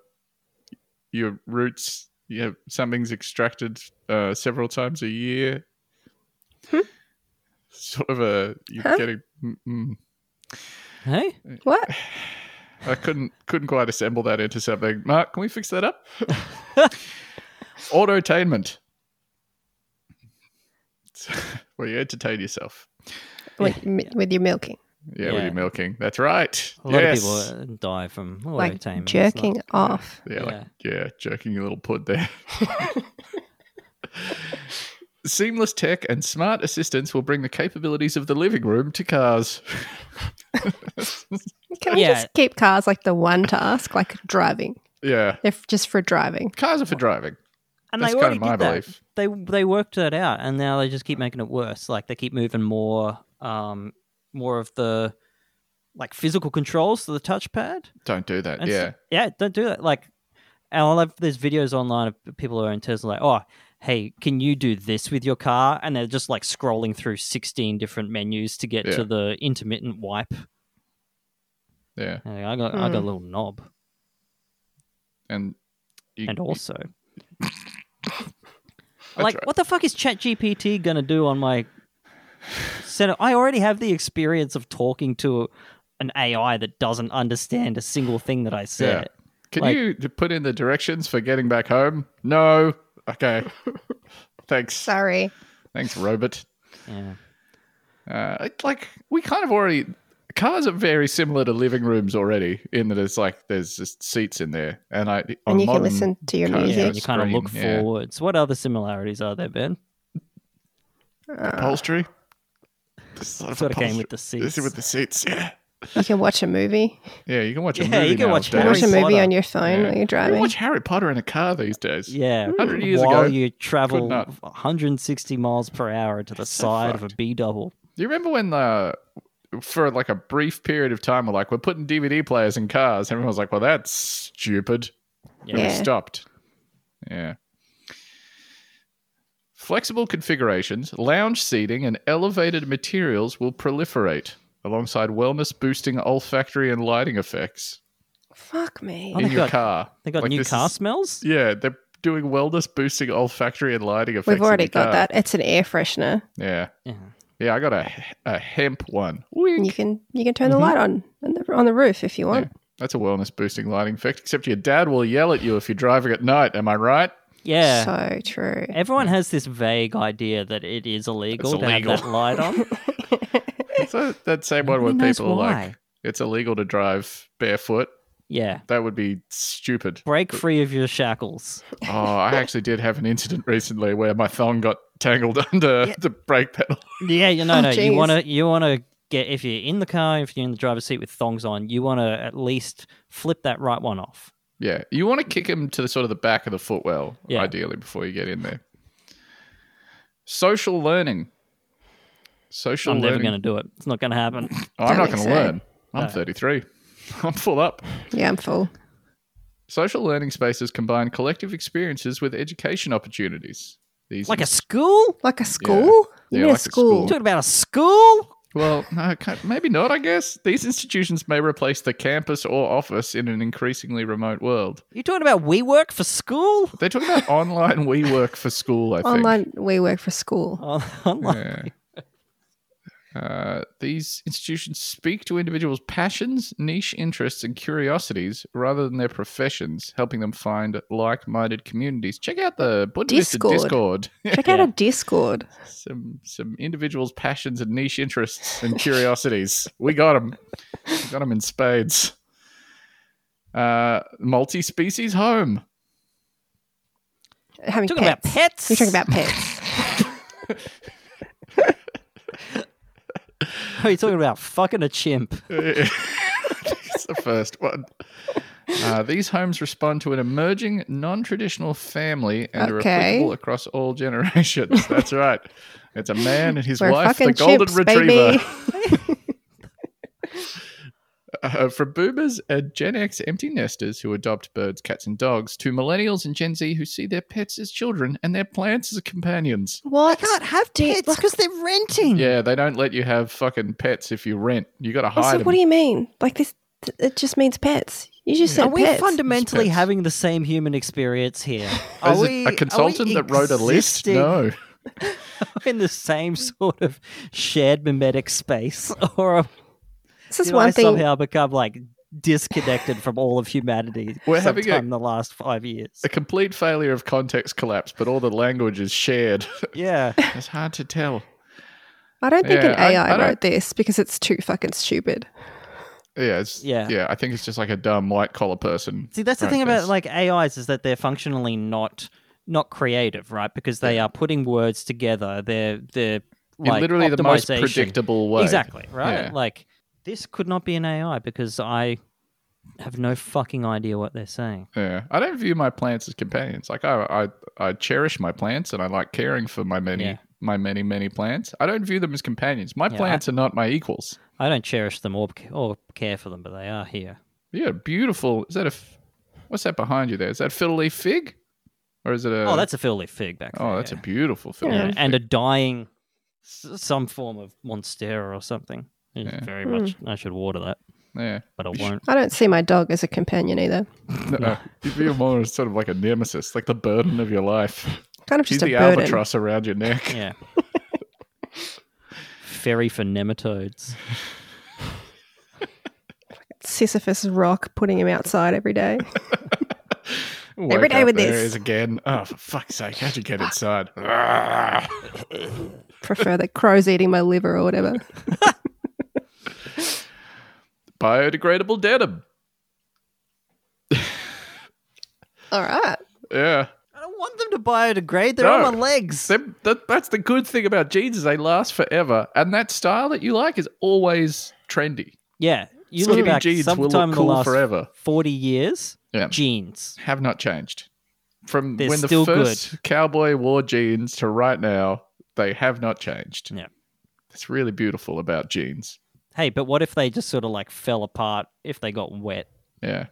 [SPEAKER 2] your roots, you have something's extracted uh, several times a year. Sort of a you're
[SPEAKER 3] Huh?
[SPEAKER 2] getting. mm, mm.
[SPEAKER 1] Hey,
[SPEAKER 3] What?
[SPEAKER 2] I couldn't couldn't quite assemble that into something. Mark, can we fix that
[SPEAKER 1] *laughs*
[SPEAKER 2] up? Autotainment. *laughs* Where you entertain yourself.
[SPEAKER 3] With, mi- with your milking.
[SPEAKER 2] Yeah, with
[SPEAKER 1] Yeah.
[SPEAKER 2] your milking. That's right.
[SPEAKER 1] a lot
[SPEAKER 2] yes.
[SPEAKER 1] of people uh, die from oh,
[SPEAKER 3] Like
[SPEAKER 1] entertainment, it's not-
[SPEAKER 3] jerking off.
[SPEAKER 2] Yeah, like yeah, jerking your little
[SPEAKER 1] *laughs*
[SPEAKER 2] pud there. Seamless tech and smart assistants will bring the capabilities of the living room to cars.
[SPEAKER 3] Can
[SPEAKER 1] Yeah.
[SPEAKER 3] we just keep cars like the one task, like driving?
[SPEAKER 2] yeah.
[SPEAKER 3] They're f- just for driving.
[SPEAKER 2] Cars are for driving.
[SPEAKER 1] and
[SPEAKER 2] That's
[SPEAKER 1] they already
[SPEAKER 2] kind of my
[SPEAKER 1] did that.
[SPEAKER 2] belief.
[SPEAKER 1] They they worked that out, and now they just keep making it worse. Like they keep moving more, um, more of the like physical controls to the touchpad.
[SPEAKER 2] Don't do that.
[SPEAKER 1] And
[SPEAKER 2] yeah.
[SPEAKER 1] s- yeah, don't do that. Like, and I love there's videos online of people who are in Tesla, like, oh, hey, can you do this with your car? And they're just like scrolling through 16 different menus to get
[SPEAKER 2] Yeah.
[SPEAKER 1] to the intermittent wipe.
[SPEAKER 2] yeah.
[SPEAKER 1] And I got, I got a little knob,
[SPEAKER 2] And you,
[SPEAKER 1] and also.
[SPEAKER 2] *laughs* that's
[SPEAKER 1] Like,
[SPEAKER 2] right.
[SPEAKER 1] what the fuck is ChatGPT gonna do on my setup? I already have the experience of talking to an AI that doesn't understand a single thing that I said.
[SPEAKER 2] Can
[SPEAKER 1] Like-
[SPEAKER 2] you d- put in the directions for getting back home? No. Okay. Thanks.
[SPEAKER 3] Sorry.
[SPEAKER 2] Thanks, robot.
[SPEAKER 1] Yeah.
[SPEAKER 2] Uh, it- like we kind of already cars are very similar to living rooms already in that it's like there's just seats in there, and I on
[SPEAKER 3] And you can
[SPEAKER 2] modern-
[SPEAKER 3] listen to your
[SPEAKER 2] cars,
[SPEAKER 1] Yeah,
[SPEAKER 3] music.
[SPEAKER 1] and you kind of look
[SPEAKER 2] screen, yeah.
[SPEAKER 1] forwards. What other similarities are there, Ben?
[SPEAKER 2] upholstery. This is a lot of
[SPEAKER 1] Sort of came
[SPEAKER 2] upholstery.
[SPEAKER 1] with the
[SPEAKER 2] This
[SPEAKER 1] seats.
[SPEAKER 2] is with the seats. Yeah.
[SPEAKER 3] You can watch a movie.
[SPEAKER 2] Yeah, you can watch a
[SPEAKER 1] Yeah,
[SPEAKER 2] movie.
[SPEAKER 1] you can watch
[SPEAKER 2] nowadays.
[SPEAKER 3] You can
[SPEAKER 1] Harry
[SPEAKER 3] watch a movie
[SPEAKER 1] Potter.
[SPEAKER 3] on your phone
[SPEAKER 2] Yeah.
[SPEAKER 3] while you're
[SPEAKER 2] You can
[SPEAKER 3] driving.
[SPEAKER 2] watch Harry Potter in a car these days.
[SPEAKER 1] Yeah,
[SPEAKER 2] 100 years
[SPEAKER 1] while
[SPEAKER 2] ago,
[SPEAKER 1] you travel
[SPEAKER 2] not.
[SPEAKER 1] 160 miles per hour to the
[SPEAKER 2] That's so
[SPEAKER 1] side of a
[SPEAKER 2] fucked.
[SPEAKER 1] B double.
[SPEAKER 2] Do you remember when the for like a brief period of time, we're like, we're putting DVD players in cars. Everyone was like, well, that's stupid. And we
[SPEAKER 3] Yeah.
[SPEAKER 2] stopped. Yeah. Flexible configurations, lounge seating, and elevated materials will proliferate alongside wellness boosting olfactory and lighting effects
[SPEAKER 3] Fuck me.
[SPEAKER 1] Oh,
[SPEAKER 2] in
[SPEAKER 1] they
[SPEAKER 2] your
[SPEAKER 1] got-
[SPEAKER 2] car.
[SPEAKER 1] They got
[SPEAKER 2] Like,
[SPEAKER 1] new
[SPEAKER 2] this
[SPEAKER 1] car
[SPEAKER 2] is-
[SPEAKER 1] smells.
[SPEAKER 2] Yeah, they're doing wellness boosting olfactory and lighting effects.
[SPEAKER 3] We've
[SPEAKER 2] in
[SPEAKER 3] already
[SPEAKER 2] your
[SPEAKER 3] got
[SPEAKER 2] car.
[SPEAKER 3] that. It's an air freshener.
[SPEAKER 2] Yeah.
[SPEAKER 1] Yeah.
[SPEAKER 2] Yeah, I got a, a hemp one.
[SPEAKER 3] And you can you can turn the
[SPEAKER 2] Mhm.
[SPEAKER 3] light on on the, on the roof if you want.
[SPEAKER 2] That's a wellness boosting lighting effect, except your dad will yell at you if you're driving at night. Am I right?
[SPEAKER 1] Yeah.
[SPEAKER 3] So true.
[SPEAKER 1] Everyone has this vague idea that it is illegal,
[SPEAKER 2] illegal.
[SPEAKER 1] to have that light on.
[SPEAKER 2] *laughs* So that same one where
[SPEAKER 1] Nobody knows
[SPEAKER 2] people are
[SPEAKER 1] why.
[SPEAKER 2] like, it's illegal to drive barefoot.
[SPEAKER 1] yeah.
[SPEAKER 2] That would be stupid.
[SPEAKER 1] Break free of your
[SPEAKER 3] *laughs*
[SPEAKER 1] shackles.
[SPEAKER 2] Oh, I actually did have an incident recently where my thong got tangled *laughs* under the brake pedal.
[SPEAKER 1] Yeah, you no,
[SPEAKER 3] Oh,
[SPEAKER 1] no. You
[SPEAKER 3] jeez.
[SPEAKER 1] want to, you want to get if you're in the car, if you're in the driver's seat with thongs on, you want to at least flip that right one off.
[SPEAKER 2] Yeah, you want to kick him to the sort of the back of the footwell,
[SPEAKER 1] Yeah.
[SPEAKER 2] ideally, before you get in there. Social learning. Social
[SPEAKER 1] I'm never
[SPEAKER 2] learning. Oh,
[SPEAKER 1] going to do it. It's not going to
[SPEAKER 2] *laughs*
[SPEAKER 1] happen.
[SPEAKER 2] I'm not
[SPEAKER 3] Don't
[SPEAKER 2] going
[SPEAKER 3] think
[SPEAKER 2] to
[SPEAKER 3] so.
[SPEAKER 2] learn. I'm
[SPEAKER 1] No.
[SPEAKER 2] 33. I'm full up.
[SPEAKER 3] Yeah, I'm full.
[SPEAKER 2] Social learning spaces combine collective experiences with education opportunities. These
[SPEAKER 1] Like a school?
[SPEAKER 3] Like a school?
[SPEAKER 2] Yeah,
[SPEAKER 3] you
[SPEAKER 2] like
[SPEAKER 3] need
[SPEAKER 2] a
[SPEAKER 3] a school.
[SPEAKER 2] school.
[SPEAKER 1] Talking about a school?
[SPEAKER 2] well, *laughs* no, ca- maybe not. I guess these institutions may replace the campus or office in an increasingly remote world.
[SPEAKER 1] You talking about we work for school? *laughs*
[SPEAKER 2] They're talking about online we work for school. I think
[SPEAKER 3] Online we work
[SPEAKER 2] *laughs*
[SPEAKER 3] for school.
[SPEAKER 1] Oh, I'm like-
[SPEAKER 2] Yeah. Uh, these institutions speak to individuals' passions, niche interests, and curiosities rather than their professions, helping them find like-minded communities. Check out the Buddhist
[SPEAKER 3] Discord.
[SPEAKER 2] Discord.
[SPEAKER 3] Check out a Discord.
[SPEAKER 2] some some individuals' passions and niche interests and curiosities. we got them. We got them in spades. Uh, multi-species home.
[SPEAKER 3] Having
[SPEAKER 1] talking about pets.
[SPEAKER 3] You're
[SPEAKER 1] *laughs*
[SPEAKER 3] talking about pets.
[SPEAKER 1] Are you Oh, talking about fucking a chimp?
[SPEAKER 2] it's the first one. Uh, these homes respond to an emerging non-traditional family and are
[SPEAKER 3] Okay.
[SPEAKER 2] applicable across all generations. That's right. It's a man and his
[SPEAKER 3] We're
[SPEAKER 2] wife, the
[SPEAKER 3] fucking
[SPEAKER 2] golden
[SPEAKER 3] chimps,
[SPEAKER 2] retriever.
[SPEAKER 3] baby. *laughs*
[SPEAKER 2] uh, from boomers and Gen X empty nesters who adopt birds, cats, and dogs to millennials and Gen Z who see their pets as children and their plants as companions.
[SPEAKER 3] What?
[SPEAKER 1] have
[SPEAKER 3] pets
[SPEAKER 1] because they're
[SPEAKER 3] Hmm.
[SPEAKER 1] renting.
[SPEAKER 2] Yeah, they don't let you have fucking pets if you rent. You got to hide
[SPEAKER 3] Also,
[SPEAKER 2] 'em.
[SPEAKER 3] what do you mean? Like this? th- It just means pets. You just said
[SPEAKER 1] Are we
[SPEAKER 3] pets.
[SPEAKER 1] fundamentally
[SPEAKER 2] It's pets.
[SPEAKER 1] having the same human experience here? Are
[SPEAKER 2] There's a-
[SPEAKER 1] we,
[SPEAKER 2] a,
[SPEAKER 1] are we
[SPEAKER 2] consultant that wrote a list?
[SPEAKER 1] existing
[SPEAKER 2] No.
[SPEAKER 1] *laughs* In the same sort of shared mimetic space, *laughs* or are-
[SPEAKER 3] this is
[SPEAKER 1] did
[SPEAKER 3] one
[SPEAKER 1] I
[SPEAKER 3] thing.
[SPEAKER 1] somehow become like disconnected from all of humanity
[SPEAKER 2] *laughs* We're having a-
[SPEAKER 1] sometime in the last five years?
[SPEAKER 2] A complete failure of context collapse, but all the language is shared. *laughs*
[SPEAKER 1] Yeah,
[SPEAKER 2] it's hard to tell.
[SPEAKER 3] I don't think an
[SPEAKER 2] Yeah, I-
[SPEAKER 3] AI
[SPEAKER 2] I don't-
[SPEAKER 3] wrote this because it's too fucking stupid.
[SPEAKER 2] Yeah, it's,
[SPEAKER 1] Yeah.
[SPEAKER 2] yeah, I think it's just like a dumb white collar person.
[SPEAKER 1] See, that's the
[SPEAKER 2] Right,
[SPEAKER 1] thing about
[SPEAKER 2] there's-
[SPEAKER 1] like AIs is that they're functionally not not creative, right? Because they are putting words together. They're they're
[SPEAKER 2] In
[SPEAKER 1] like
[SPEAKER 2] literally the most
[SPEAKER 1] optimization.
[SPEAKER 2] predictable way.
[SPEAKER 1] Exactly right.
[SPEAKER 2] Yeah.
[SPEAKER 1] Like this could not be an AI because I have no fucking idea what they're saying.
[SPEAKER 2] Yeah, I don't view my plants as companions. Like I, I, I cherish my plants and I like caring for my many,
[SPEAKER 1] Yeah.
[SPEAKER 2] my many, many plants. I don't view them as companions. My
[SPEAKER 1] Yeah,
[SPEAKER 2] plants are not my equals.
[SPEAKER 1] I don't cherish them or or care for them, but they are here.
[SPEAKER 2] Yeah, beautiful. Is that a, f- what's that behind you there? Is that fiddle leaf fig, or is it a?
[SPEAKER 1] oh, that's a fiddle leaf fig back there.
[SPEAKER 2] Uh, oh, that's
[SPEAKER 1] yeah.
[SPEAKER 2] a beautiful fiddle.
[SPEAKER 1] Yeah,
[SPEAKER 2] leaf
[SPEAKER 1] and a
[SPEAKER 2] fig.
[SPEAKER 1] dying s- some form of monstera or something. It's
[SPEAKER 2] Yeah.
[SPEAKER 1] Very
[SPEAKER 3] Hmm.
[SPEAKER 1] much. I should water that,
[SPEAKER 2] yeah. *laughs*
[SPEAKER 1] but I won't.
[SPEAKER 3] I don't see my dog as a companion either.
[SPEAKER 2] No, uh, you view him more as sort of like a nemesis, like the burden of your life.
[SPEAKER 3] Kind of
[SPEAKER 2] She's
[SPEAKER 3] *laughs* just a
[SPEAKER 2] the
[SPEAKER 3] burden.
[SPEAKER 2] albatross around your neck. *laughs*
[SPEAKER 1] Yeah. Ferry for nematodes.
[SPEAKER 3] Sisyphus rock putting him outside every day. *laughs*
[SPEAKER 2] Wake
[SPEAKER 3] *laughs* Every day
[SPEAKER 2] up,
[SPEAKER 3] with
[SPEAKER 2] there
[SPEAKER 3] this.
[SPEAKER 2] is again. Oh, for fuck's sake! How'd you
[SPEAKER 3] *laughs*
[SPEAKER 2] get inside?
[SPEAKER 3] Prefer the crows eating my liver or whatever.
[SPEAKER 2] Biodegradable denim.
[SPEAKER 3] All right.
[SPEAKER 2] Yeah.
[SPEAKER 1] I don't want them to biodegrade. They're
[SPEAKER 2] No.
[SPEAKER 1] on my legs.
[SPEAKER 2] Them- that- that's the good thing about jeans is they last forever, and that style that you like is always trendy.
[SPEAKER 1] Yeah, you
[SPEAKER 2] Skinny
[SPEAKER 1] look back
[SPEAKER 2] jeans will
[SPEAKER 1] sometime in
[SPEAKER 2] look
[SPEAKER 1] the
[SPEAKER 2] cool
[SPEAKER 1] last
[SPEAKER 2] forever.
[SPEAKER 1] forty years.
[SPEAKER 2] Yeah.
[SPEAKER 1] Jeans.
[SPEAKER 2] Have not changed from
[SPEAKER 1] They're
[SPEAKER 2] when the
[SPEAKER 1] still
[SPEAKER 2] first cowboy wore jeans to right now. They have not changed.
[SPEAKER 1] Yeah.
[SPEAKER 2] that's really beautiful about jeans.
[SPEAKER 1] Hey, but what if they just sort of like fell apart if they got wet?
[SPEAKER 2] Yeah.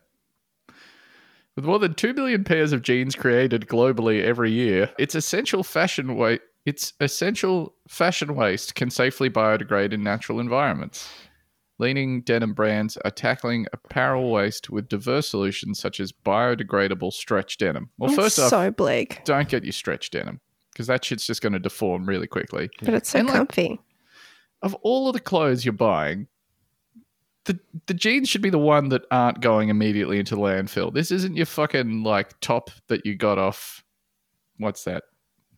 [SPEAKER 2] With more than 2 million pairs of jeans created globally every year, its essential fashion wa- its essential fashion waste can safely biodegrade in natural environments. Leading denim brands are tackling apparel waste with diverse solutions such as biodegradable stretch denim. Well,
[SPEAKER 3] It's
[SPEAKER 2] first off,
[SPEAKER 3] so bleak,
[SPEAKER 2] don't get your stretch denim because that shit's just going to deform really quickly.
[SPEAKER 3] but it's so
[SPEAKER 2] And, like,
[SPEAKER 3] comfy.
[SPEAKER 2] Of all of the clothes you're buying, the the jeans should be the one that aren't going immediately into the landfill. This isn't your fucking like top that you got off. What's that?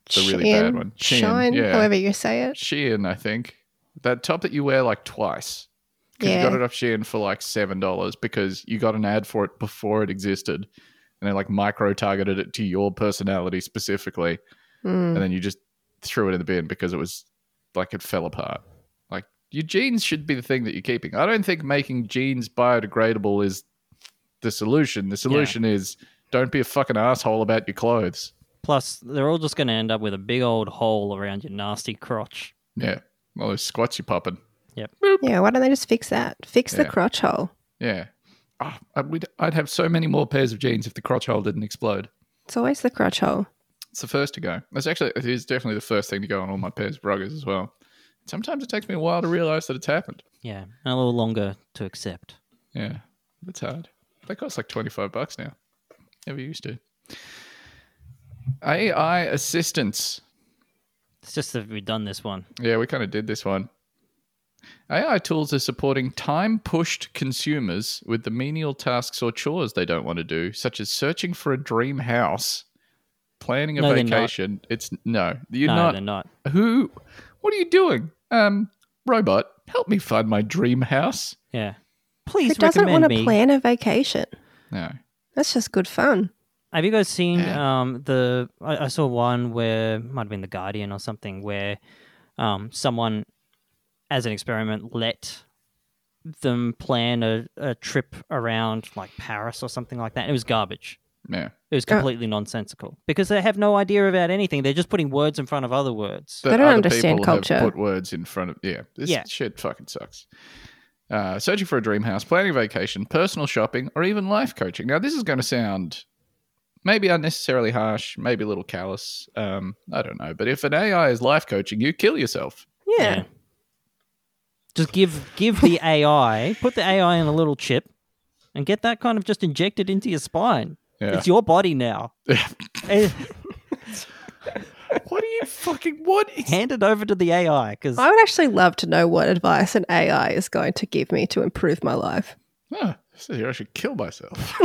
[SPEAKER 2] It's a really bad
[SPEAKER 3] Shein,
[SPEAKER 2] one. Shein,
[SPEAKER 3] Shine,
[SPEAKER 2] yeah.
[SPEAKER 3] however you say it.
[SPEAKER 2] Shein, I think. That top that you wear like twice. 'Cause
[SPEAKER 3] Yeah.
[SPEAKER 2] You got it off Shein for like seven dollars because you got an ad for it before it existed, and they like micro targeted it to your personality specifically
[SPEAKER 3] Mm.
[SPEAKER 2] and then you just threw it in the bin because it was like it fell apart. Like your jeans should be the thing that you're keeping. I don't think making jeans biodegradable is the solution. The solution is don't be a fucking asshole about your clothes.
[SPEAKER 1] Plus, they're all just going to end up with a big old hole around your nasty crotch.
[SPEAKER 2] Yeah. All those squats you're popping.
[SPEAKER 3] Yeah, why don't they just fix that? Fix the
[SPEAKER 2] Yeah.
[SPEAKER 3] crotch hole.
[SPEAKER 2] Yeah. Ah, I would, I'd have so many more pairs of jeans if the crotch hole didn't explode.
[SPEAKER 3] It's always the crotch hole.
[SPEAKER 2] It's the first to go. That's actually, it is definitely the first thing to go on all my pairs of ruggers as well. Sometimes it takes me a while to realize that it's happened.
[SPEAKER 1] Yeah, and a little longer to accept.
[SPEAKER 2] Yeah, that's hard. They cost like 25 bucks now. Never used to. AI assistance.
[SPEAKER 1] It's just that we've done this one.
[SPEAKER 2] Yeah, we kind of did this one. AI tools are supporting time pushed consumers with the menial tasks or chores they don't want to do, such as searching for a dream house, planning a
[SPEAKER 1] No, they're not.
[SPEAKER 2] vacation. It's no, you're
[SPEAKER 1] no,
[SPEAKER 2] not.
[SPEAKER 1] they're not.
[SPEAKER 2] Who? What are you doing? Um, robot, help me find my dream house.
[SPEAKER 1] Yeah. Please
[SPEAKER 3] Who doesn't
[SPEAKER 1] recommend
[SPEAKER 3] want
[SPEAKER 1] me.
[SPEAKER 3] to plan a vacation?
[SPEAKER 2] No.
[SPEAKER 3] That's just good fun.
[SPEAKER 1] Have you guys seen
[SPEAKER 2] Yeah.
[SPEAKER 1] um, the? I, I saw one where might have been the Guardian or something where um, someone, as an experiment, let them plan a, a trip around like Paris or something like that. It was garbage.
[SPEAKER 2] Yeah.
[SPEAKER 1] It was
[SPEAKER 3] Uh.
[SPEAKER 1] completely nonsensical because they have no idea about anything. They're just putting words in front of other words.
[SPEAKER 3] They
[SPEAKER 2] that
[SPEAKER 3] don't
[SPEAKER 2] other
[SPEAKER 3] understand
[SPEAKER 2] people
[SPEAKER 3] culture.
[SPEAKER 2] Have put words in front of yeah. This
[SPEAKER 1] Yeah.
[SPEAKER 2] shit fucking sucks. Uh, searching for a dream house, planning a vacation, personal shopping, or even life coaching. Now this is going to sound maybe unnecessarily harsh, maybe a little callous. Um, I don't know, but if an AI is life coaching, you kill yourself.
[SPEAKER 3] Yeah.
[SPEAKER 1] Just give give
[SPEAKER 3] *laughs*
[SPEAKER 1] the AI, put the AI in a little chip, and get that kind of just injected into your spine. *laughs*
[SPEAKER 2] Yeah.
[SPEAKER 1] It's your body now. Eh,
[SPEAKER 2] what are you fucking? What? Is, *laughs*
[SPEAKER 1] Hand it over to the AI because
[SPEAKER 3] I would actually love to know what advice an AI is going to give me to improve my life. *laughs*
[SPEAKER 2] oh, this is here. I should kill myself.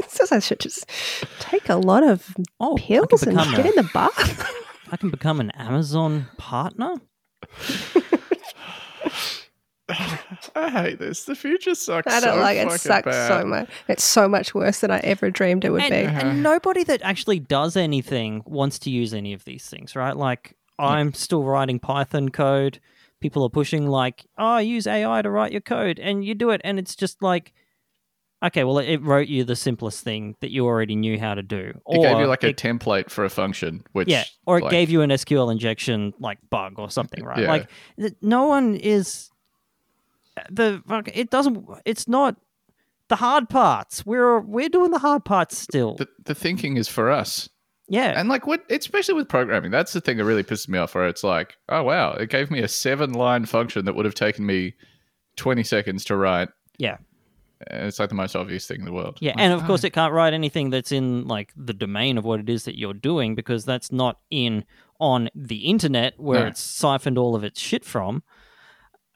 [SPEAKER 2] *laughs*
[SPEAKER 3] so I should just take a lot of
[SPEAKER 1] oh, I
[SPEAKER 3] pills
[SPEAKER 1] can
[SPEAKER 3] and
[SPEAKER 1] become
[SPEAKER 3] get
[SPEAKER 1] a-
[SPEAKER 3] in the
[SPEAKER 2] *laughs*
[SPEAKER 3] bath.
[SPEAKER 1] I can become an Amazon partner.
[SPEAKER 2] I hate this. The future sucks.
[SPEAKER 3] I don't
[SPEAKER 2] so
[SPEAKER 3] like it.
[SPEAKER 2] fucking
[SPEAKER 3] Sucks so
[SPEAKER 2] bad.
[SPEAKER 3] much. It's so much worse than I ever dreamed it would
[SPEAKER 1] And,
[SPEAKER 3] be.
[SPEAKER 2] Uh-huh.
[SPEAKER 1] *laughs* and nobody that actually does anything wants to use any of these things, right? Like I'm still writing Python code. People are pushing like, oh, use AI to write your code, and you do it, and it's just like, okay, well, it, it wrote you the simplest thing that you already knew how to do,
[SPEAKER 2] It
[SPEAKER 1] or
[SPEAKER 2] gave you like a
[SPEAKER 1] it-
[SPEAKER 2] template for a function, which
[SPEAKER 1] yeah, or it
[SPEAKER 2] like,
[SPEAKER 1] gave you an SQL injection like bug or something, right?
[SPEAKER 2] Yeah.
[SPEAKER 1] Like th- no one is the fuck- it doesn't it's not the hard parts. We're we're doing the hard parts still.
[SPEAKER 2] the, the thinking is for us.
[SPEAKER 1] yeah.
[SPEAKER 2] And like what, especially with programming, that's the thing that really pisses me off. Where it's like, oh wow, it gave me a seven-line function that would have taken me twenty seconds to write.
[SPEAKER 1] Yeah.
[SPEAKER 2] And it's like the most obvious thing in the world.
[SPEAKER 1] Yeah,
[SPEAKER 2] Like,
[SPEAKER 1] and of course it can't write anything that's in like the domain of what it is that you're doing because that's not in on the internet where
[SPEAKER 2] No.
[SPEAKER 1] it's siphoned all of its shit from.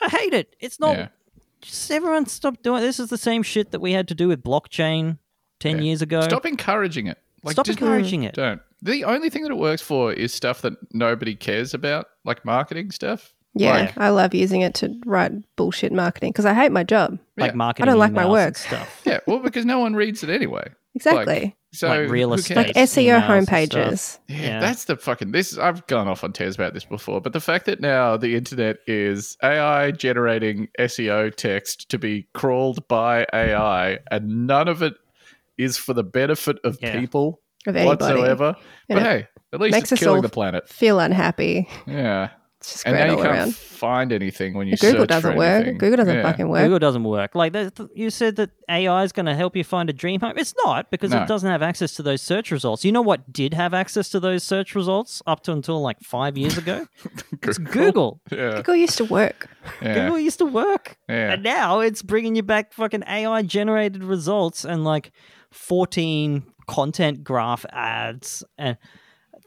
[SPEAKER 1] I hate it. It's not
[SPEAKER 2] oh, yeah,
[SPEAKER 1] just everyone stop doing this is the same shit that we had to do with blockchain 10
[SPEAKER 2] Yeah.
[SPEAKER 1] years ago.
[SPEAKER 2] stop encouraging it. Like,
[SPEAKER 1] Stop
[SPEAKER 2] just
[SPEAKER 1] encouraging it.
[SPEAKER 2] Don't. The only thing that it works for is stuff that nobody cares about, like marketing stuff.
[SPEAKER 3] Yeah,
[SPEAKER 2] Like-
[SPEAKER 3] I love using it to write bullshit marketing because I hate my job.
[SPEAKER 1] Like
[SPEAKER 2] Yeah.
[SPEAKER 1] marketing.
[SPEAKER 3] I don't like my
[SPEAKER 1] emails and
[SPEAKER 3] work.
[SPEAKER 1] stuff.
[SPEAKER 2] Yeah, well, because no one reads it anyway.
[SPEAKER 3] Exactly.
[SPEAKER 2] So
[SPEAKER 1] Like real
[SPEAKER 2] who
[SPEAKER 1] estate.
[SPEAKER 2] cares?
[SPEAKER 1] Like
[SPEAKER 3] Like, SEO
[SPEAKER 1] emails and stuff.
[SPEAKER 3] homepages.
[SPEAKER 2] Yeah,
[SPEAKER 1] Yeah.
[SPEAKER 2] that's the fucking. This is- I've gone off on tears about this before, but the fact that now the internet is AI generating SEO text to be crawled by AI, and none of it is for the benefit of
[SPEAKER 1] Yeah.
[SPEAKER 2] people
[SPEAKER 3] Of anybody.
[SPEAKER 2] whatsoever. But
[SPEAKER 3] Yeah.
[SPEAKER 2] hey, at least
[SPEAKER 3] Makes
[SPEAKER 2] it's
[SPEAKER 3] us
[SPEAKER 2] killing
[SPEAKER 3] all-
[SPEAKER 2] the planet.
[SPEAKER 3] Feel unhappy.
[SPEAKER 2] Yeah,
[SPEAKER 3] It's just
[SPEAKER 2] and
[SPEAKER 3] great
[SPEAKER 2] now you
[SPEAKER 3] all
[SPEAKER 2] can't
[SPEAKER 3] around.
[SPEAKER 2] find anything when you
[SPEAKER 3] Google
[SPEAKER 2] search
[SPEAKER 3] doesn't
[SPEAKER 2] for
[SPEAKER 3] work.
[SPEAKER 2] anything.
[SPEAKER 3] Google doesn't
[SPEAKER 2] Yeah. *laughs*
[SPEAKER 3] fucking *laughs* work.
[SPEAKER 1] Google doesn't work. Like there's- you said that AI is going to help you find a dream home. It's not because
[SPEAKER 2] No.
[SPEAKER 1] it doesn't have access to those search results. You know what did have access to those search results up to until like five years ago? it's Google.
[SPEAKER 2] Yeah,
[SPEAKER 3] Google used to work.
[SPEAKER 2] yeah,
[SPEAKER 1] Google used to work.
[SPEAKER 2] yeah.
[SPEAKER 1] And now it's bringing you back fucking AI generated results and like 14 content graph ads and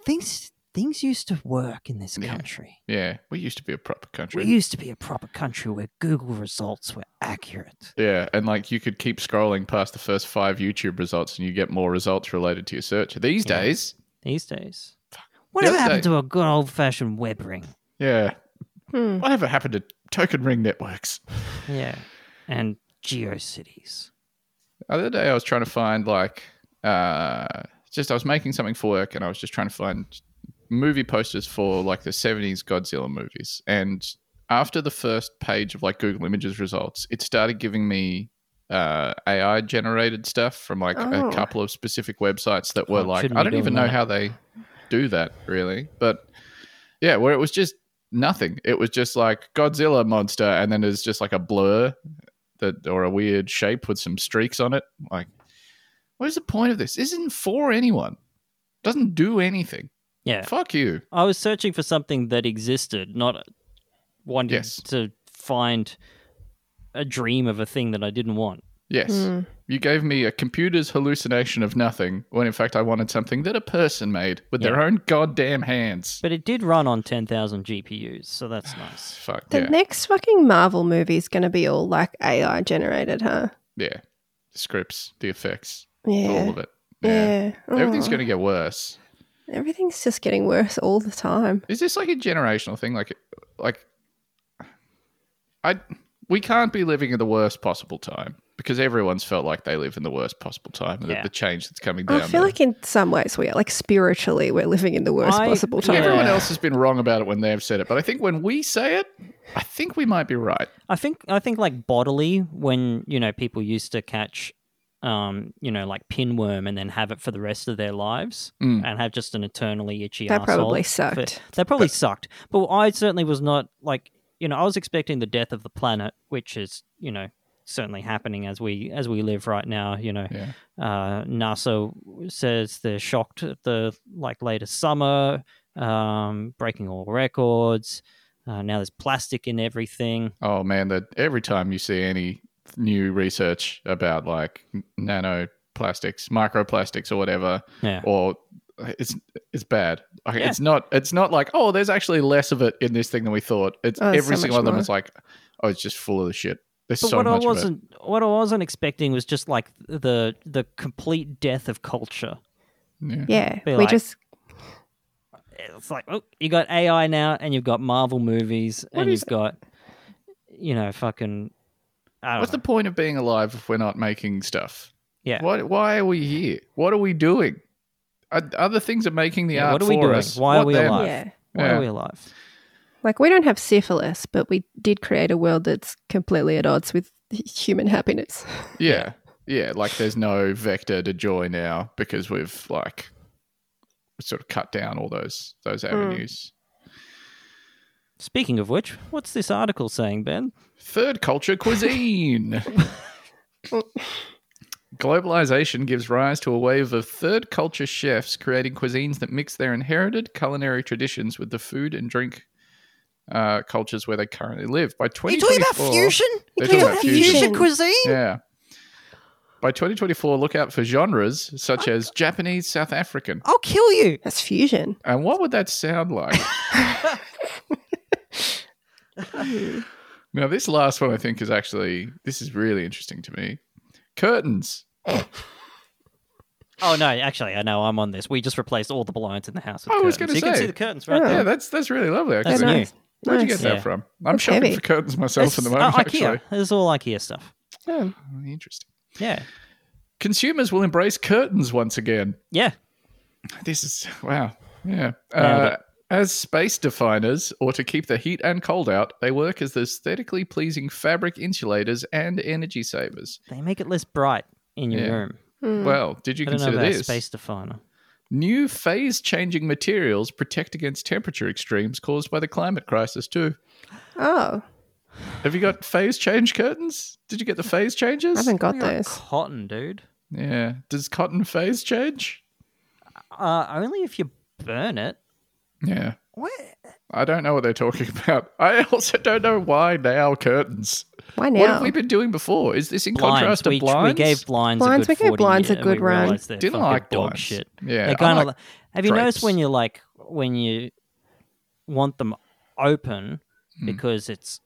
[SPEAKER 1] things things used to work in this
[SPEAKER 2] Yeah.
[SPEAKER 1] country.
[SPEAKER 2] yeah. We used to be a proper country.
[SPEAKER 1] We used to be a proper country where Google results were accurate.
[SPEAKER 2] Yeah, and like you could keep scrolling past the first five YouTube results, and you get more results related to your search. These
[SPEAKER 1] Yeah.
[SPEAKER 2] days,
[SPEAKER 1] These days. Whatever
[SPEAKER 2] other
[SPEAKER 1] happened
[SPEAKER 2] day-
[SPEAKER 1] to a good old fashioned web ring?
[SPEAKER 2] yeah,
[SPEAKER 3] Hmm.
[SPEAKER 2] whatever happened to token ring networks?
[SPEAKER 1] Yeah. And GeoCities.
[SPEAKER 2] The other day, I was trying to find like, uh, just I was making something for work, and I was just trying to find movie posters for like the '70s Godzilla movies. And after the first page of like Google Images results, it started giving me uh, AI generated stuff from like
[SPEAKER 3] Oh.
[SPEAKER 2] a couple of specific websites that were
[SPEAKER 1] Oh,
[SPEAKER 2] like,
[SPEAKER 1] shouldn't
[SPEAKER 2] I
[SPEAKER 1] be
[SPEAKER 2] don't even
[SPEAKER 1] doing
[SPEAKER 2] know
[SPEAKER 1] that.
[SPEAKER 2] how they do that really, but yeah, where it was just nothing. It was just like Godzilla monster, and then there's just like a blur that or a weird shape with some streaks on it. Like, what is the point of this? This Isn't for anyone. Doesn't do anything.
[SPEAKER 1] Yeah.
[SPEAKER 2] Fuck you.
[SPEAKER 1] I was searching for something that existed, not wanting
[SPEAKER 2] Yes.
[SPEAKER 1] to find a dream of a thing that I didn't want.
[SPEAKER 2] Yes.
[SPEAKER 3] Hmm.
[SPEAKER 2] You gave me a computer's hallucination of nothing when in fact I wanted something that a person made with their
[SPEAKER 1] Yeah.
[SPEAKER 2] own goddamn hands.
[SPEAKER 1] But it did run on 10,000 GPUs, so that's
[SPEAKER 2] *sighs*
[SPEAKER 1] nice.
[SPEAKER 2] Fuck.
[SPEAKER 3] The
[SPEAKER 2] yeah.
[SPEAKER 3] next fucking Marvel movie is going to be all like AI generated, huh?
[SPEAKER 2] yeah. The scripts, the effects, all
[SPEAKER 3] Yeah.
[SPEAKER 2] of it. Yeah.
[SPEAKER 3] Yeah.
[SPEAKER 2] Everything's
[SPEAKER 3] Oh.
[SPEAKER 2] going to get worse.
[SPEAKER 3] Everything's just getting worse all the time.
[SPEAKER 2] Is this like a generational thing? Like, like, I we can't be living in the worst possible time because everyone's felt like they live in the worst possible time. and
[SPEAKER 1] Yeah.
[SPEAKER 2] The, the change that's coming down.
[SPEAKER 3] I
[SPEAKER 2] there.
[SPEAKER 3] feel like in some ways we are like spiritually we're living in the worst
[SPEAKER 1] I-
[SPEAKER 3] possible time.
[SPEAKER 2] everyone
[SPEAKER 1] Yeah.
[SPEAKER 2] else has been wrong about it when they've said it, but I think when we say it, I think we might be right.
[SPEAKER 1] I think I think like bodily when, you know, people used to catch um, you know, like pinworm and then have it for the rest of their lives
[SPEAKER 2] Mm.
[SPEAKER 1] and have just an eternally itchy
[SPEAKER 3] That
[SPEAKER 1] asshole.
[SPEAKER 3] probably
[SPEAKER 1] for-
[SPEAKER 3] sucked.
[SPEAKER 1] That probably sucked. But I certainly was not like you know I was expecting the death of the planet, which is you know certainly happening as we as we live right now. You know,
[SPEAKER 2] Yeah.
[SPEAKER 1] uh, NASA says they're shocked at the like latest summer, um, breaking all records. Uh, now there's plastic in everything.
[SPEAKER 2] Oh man, that every time you see any new research about like n- nanoplastics, microplastics, or whatever,
[SPEAKER 1] Yeah.
[SPEAKER 2] or it's it's bad. Like,
[SPEAKER 1] Yeah.
[SPEAKER 2] It's not it's not like oh, there's actually less of it in this thing than we thought. It's
[SPEAKER 3] Oh, there's
[SPEAKER 2] every
[SPEAKER 3] so
[SPEAKER 2] single one
[SPEAKER 3] much
[SPEAKER 2] of them
[SPEAKER 3] more.
[SPEAKER 2] is like oh, it's just full of the shit. There's
[SPEAKER 1] But
[SPEAKER 2] so
[SPEAKER 1] what I
[SPEAKER 2] much of it.
[SPEAKER 1] wasn't what I wasn't expecting was just like the the complete death of culture.
[SPEAKER 2] Yeah.
[SPEAKER 3] Yeah.
[SPEAKER 1] Be
[SPEAKER 3] We
[SPEAKER 1] like,
[SPEAKER 3] just
[SPEAKER 1] it's like oh, you got AI now, and you've got Marvel movies,
[SPEAKER 2] What
[SPEAKER 1] and
[SPEAKER 2] is-
[SPEAKER 1] you've got you know fucking. I don't
[SPEAKER 2] What's the
[SPEAKER 1] know.
[SPEAKER 2] point of being alive if we're not making stuff?
[SPEAKER 1] Yeah.
[SPEAKER 2] Why why are we here? What are we doing? Are- Other things are making the
[SPEAKER 1] Yeah,
[SPEAKER 2] art
[SPEAKER 1] what are we
[SPEAKER 2] for
[SPEAKER 1] doing?
[SPEAKER 2] us.
[SPEAKER 1] Why are
[SPEAKER 2] What
[SPEAKER 1] we
[SPEAKER 2] then?
[SPEAKER 1] alive?
[SPEAKER 3] yeah.
[SPEAKER 1] Why
[SPEAKER 2] Yeah.
[SPEAKER 1] are we alive?
[SPEAKER 3] Like we don't have syphilis, but we did create a world that's completely at odds with human happiness.
[SPEAKER 2] Yeah. Yeah. Like there's no vector to joy now because we've like sort of cut down all those those
[SPEAKER 3] Hmm.
[SPEAKER 2] avenues.
[SPEAKER 1] Speaking of which, what's this article saying, Ben?
[SPEAKER 2] Third culture cuisine. Globalization gives rise to a wave of third culture chefs creating cuisines that mix their inherited culinary traditions with the food and drink uh, cultures where they currently live. By 2024, They're
[SPEAKER 1] You're
[SPEAKER 2] talking
[SPEAKER 1] talking
[SPEAKER 2] about
[SPEAKER 1] about
[SPEAKER 2] fusion.
[SPEAKER 1] cuisine?
[SPEAKER 2] Yeah. By 2024, look out for genres such as Japanese, South African.
[SPEAKER 1] I'll kill you.
[SPEAKER 3] That's fusion.
[SPEAKER 2] And what would that sound like? now, this last one I think is actually this is really interesting to me. Curtains.
[SPEAKER 1] Oh no, actually, I know I'm on this. We just replaced all the blinds in the house. With
[SPEAKER 2] I was
[SPEAKER 1] curtains.
[SPEAKER 2] gonna
[SPEAKER 1] you can
[SPEAKER 2] say.
[SPEAKER 1] see the curtains right
[SPEAKER 3] Oh.
[SPEAKER 2] Yeah,
[SPEAKER 1] there.
[SPEAKER 2] that's that's really lovely.
[SPEAKER 1] That's
[SPEAKER 2] Actually.
[SPEAKER 1] new.
[SPEAKER 3] nice.
[SPEAKER 2] Where'd you get
[SPEAKER 3] Nice.
[SPEAKER 2] that
[SPEAKER 1] Yeah.
[SPEAKER 2] from? I'm
[SPEAKER 3] That's
[SPEAKER 2] shopping
[SPEAKER 3] heavy.
[SPEAKER 2] for curtains myself at the moment,
[SPEAKER 1] uh,
[SPEAKER 2] actually.
[SPEAKER 1] IKEA. It's all IKEA stuff.
[SPEAKER 3] Oh,
[SPEAKER 2] Oh, Interesting.
[SPEAKER 1] Yeah.
[SPEAKER 2] Consumers will embrace curtains once again.
[SPEAKER 1] Yeah.
[SPEAKER 2] This is wow. Yeah.
[SPEAKER 1] Nailed
[SPEAKER 2] Uh, as space definers, or to keep the heat and cold out, they work as aesthetically pleasing fabric insulators and energy savers.
[SPEAKER 1] They make it less bright in your
[SPEAKER 2] Yeah.
[SPEAKER 1] room.
[SPEAKER 3] hmm.
[SPEAKER 2] Well, did you
[SPEAKER 1] I don't know
[SPEAKER 2] consider
[SPEAKER 1] about
[SPEAKER 2] this?
[SPEAKER 1] space definer.
[SPEAKER 2] New phase changing materials protect against temperature extremes caused by the climate crisis, too.
[SPEAKER 3] oh,
[SPEAKER 2] Have you got phase change curtains? Did you get the phase changes?
[SPEAKER 3] I haven't got
[SPEAKER 1] You're a
[SPEAKER 3] those.
[SPEAKER 1] Cotton, dude.
[SPEAKER 2] Yeah. Does cotton phase change?
[SPEAKER 1] Uh, only if you burn it.
[SPEAKER 2] Yeah.
[SPEAKER 1] What?
[SPEAKER 2] I don't know what they're talking *laughs* about. I also don't know why now curtains.
[SPEAKER 3] Why
[SPEAKER 2] What have
[SPEAKER 3] now?
[SPEAKER 2] we been doing before? Is this in contrast to
[SPEAKER 1] we,
[SPEAKER 2] blinds?
[SPEAKER 1] we gave blinds.
[SPEAKER 3] Blinds,
[SPEAKER 1] a
[SPEAKER 3] we
[SPEAKER 1] good
[SPEAKER 3] gave
[SPEAKER 1] 40
[SPEAKER 3] blinds a
[SPEAKER 1] year-
[SPEAKER 3] good
[SPEAKER 1] we
[SPEAKER 3] run.
[SPEAKER 1] realised they're
[SPEAKER 2] Didn't
[SPEAKER 1] fucking
[SPEAKER 2] like
[SPEAKER 1] dog
[SPEAKER 2] blinds.
[SPEAKER 1] shit.
[SPEAKER 2] Yeah,
[SPEAKER 1] They're
[SPEAKER 2] I
[SPEAKER 1] kind of.
[SPEAKER 2] like
[SPEAKER 1] have you noticed
[SPEAKER 2] drapes.
[SPEAKER 1] when you like when you want them open
[SPEAKER 2] Hmm.
[SPEAKER 1] because it's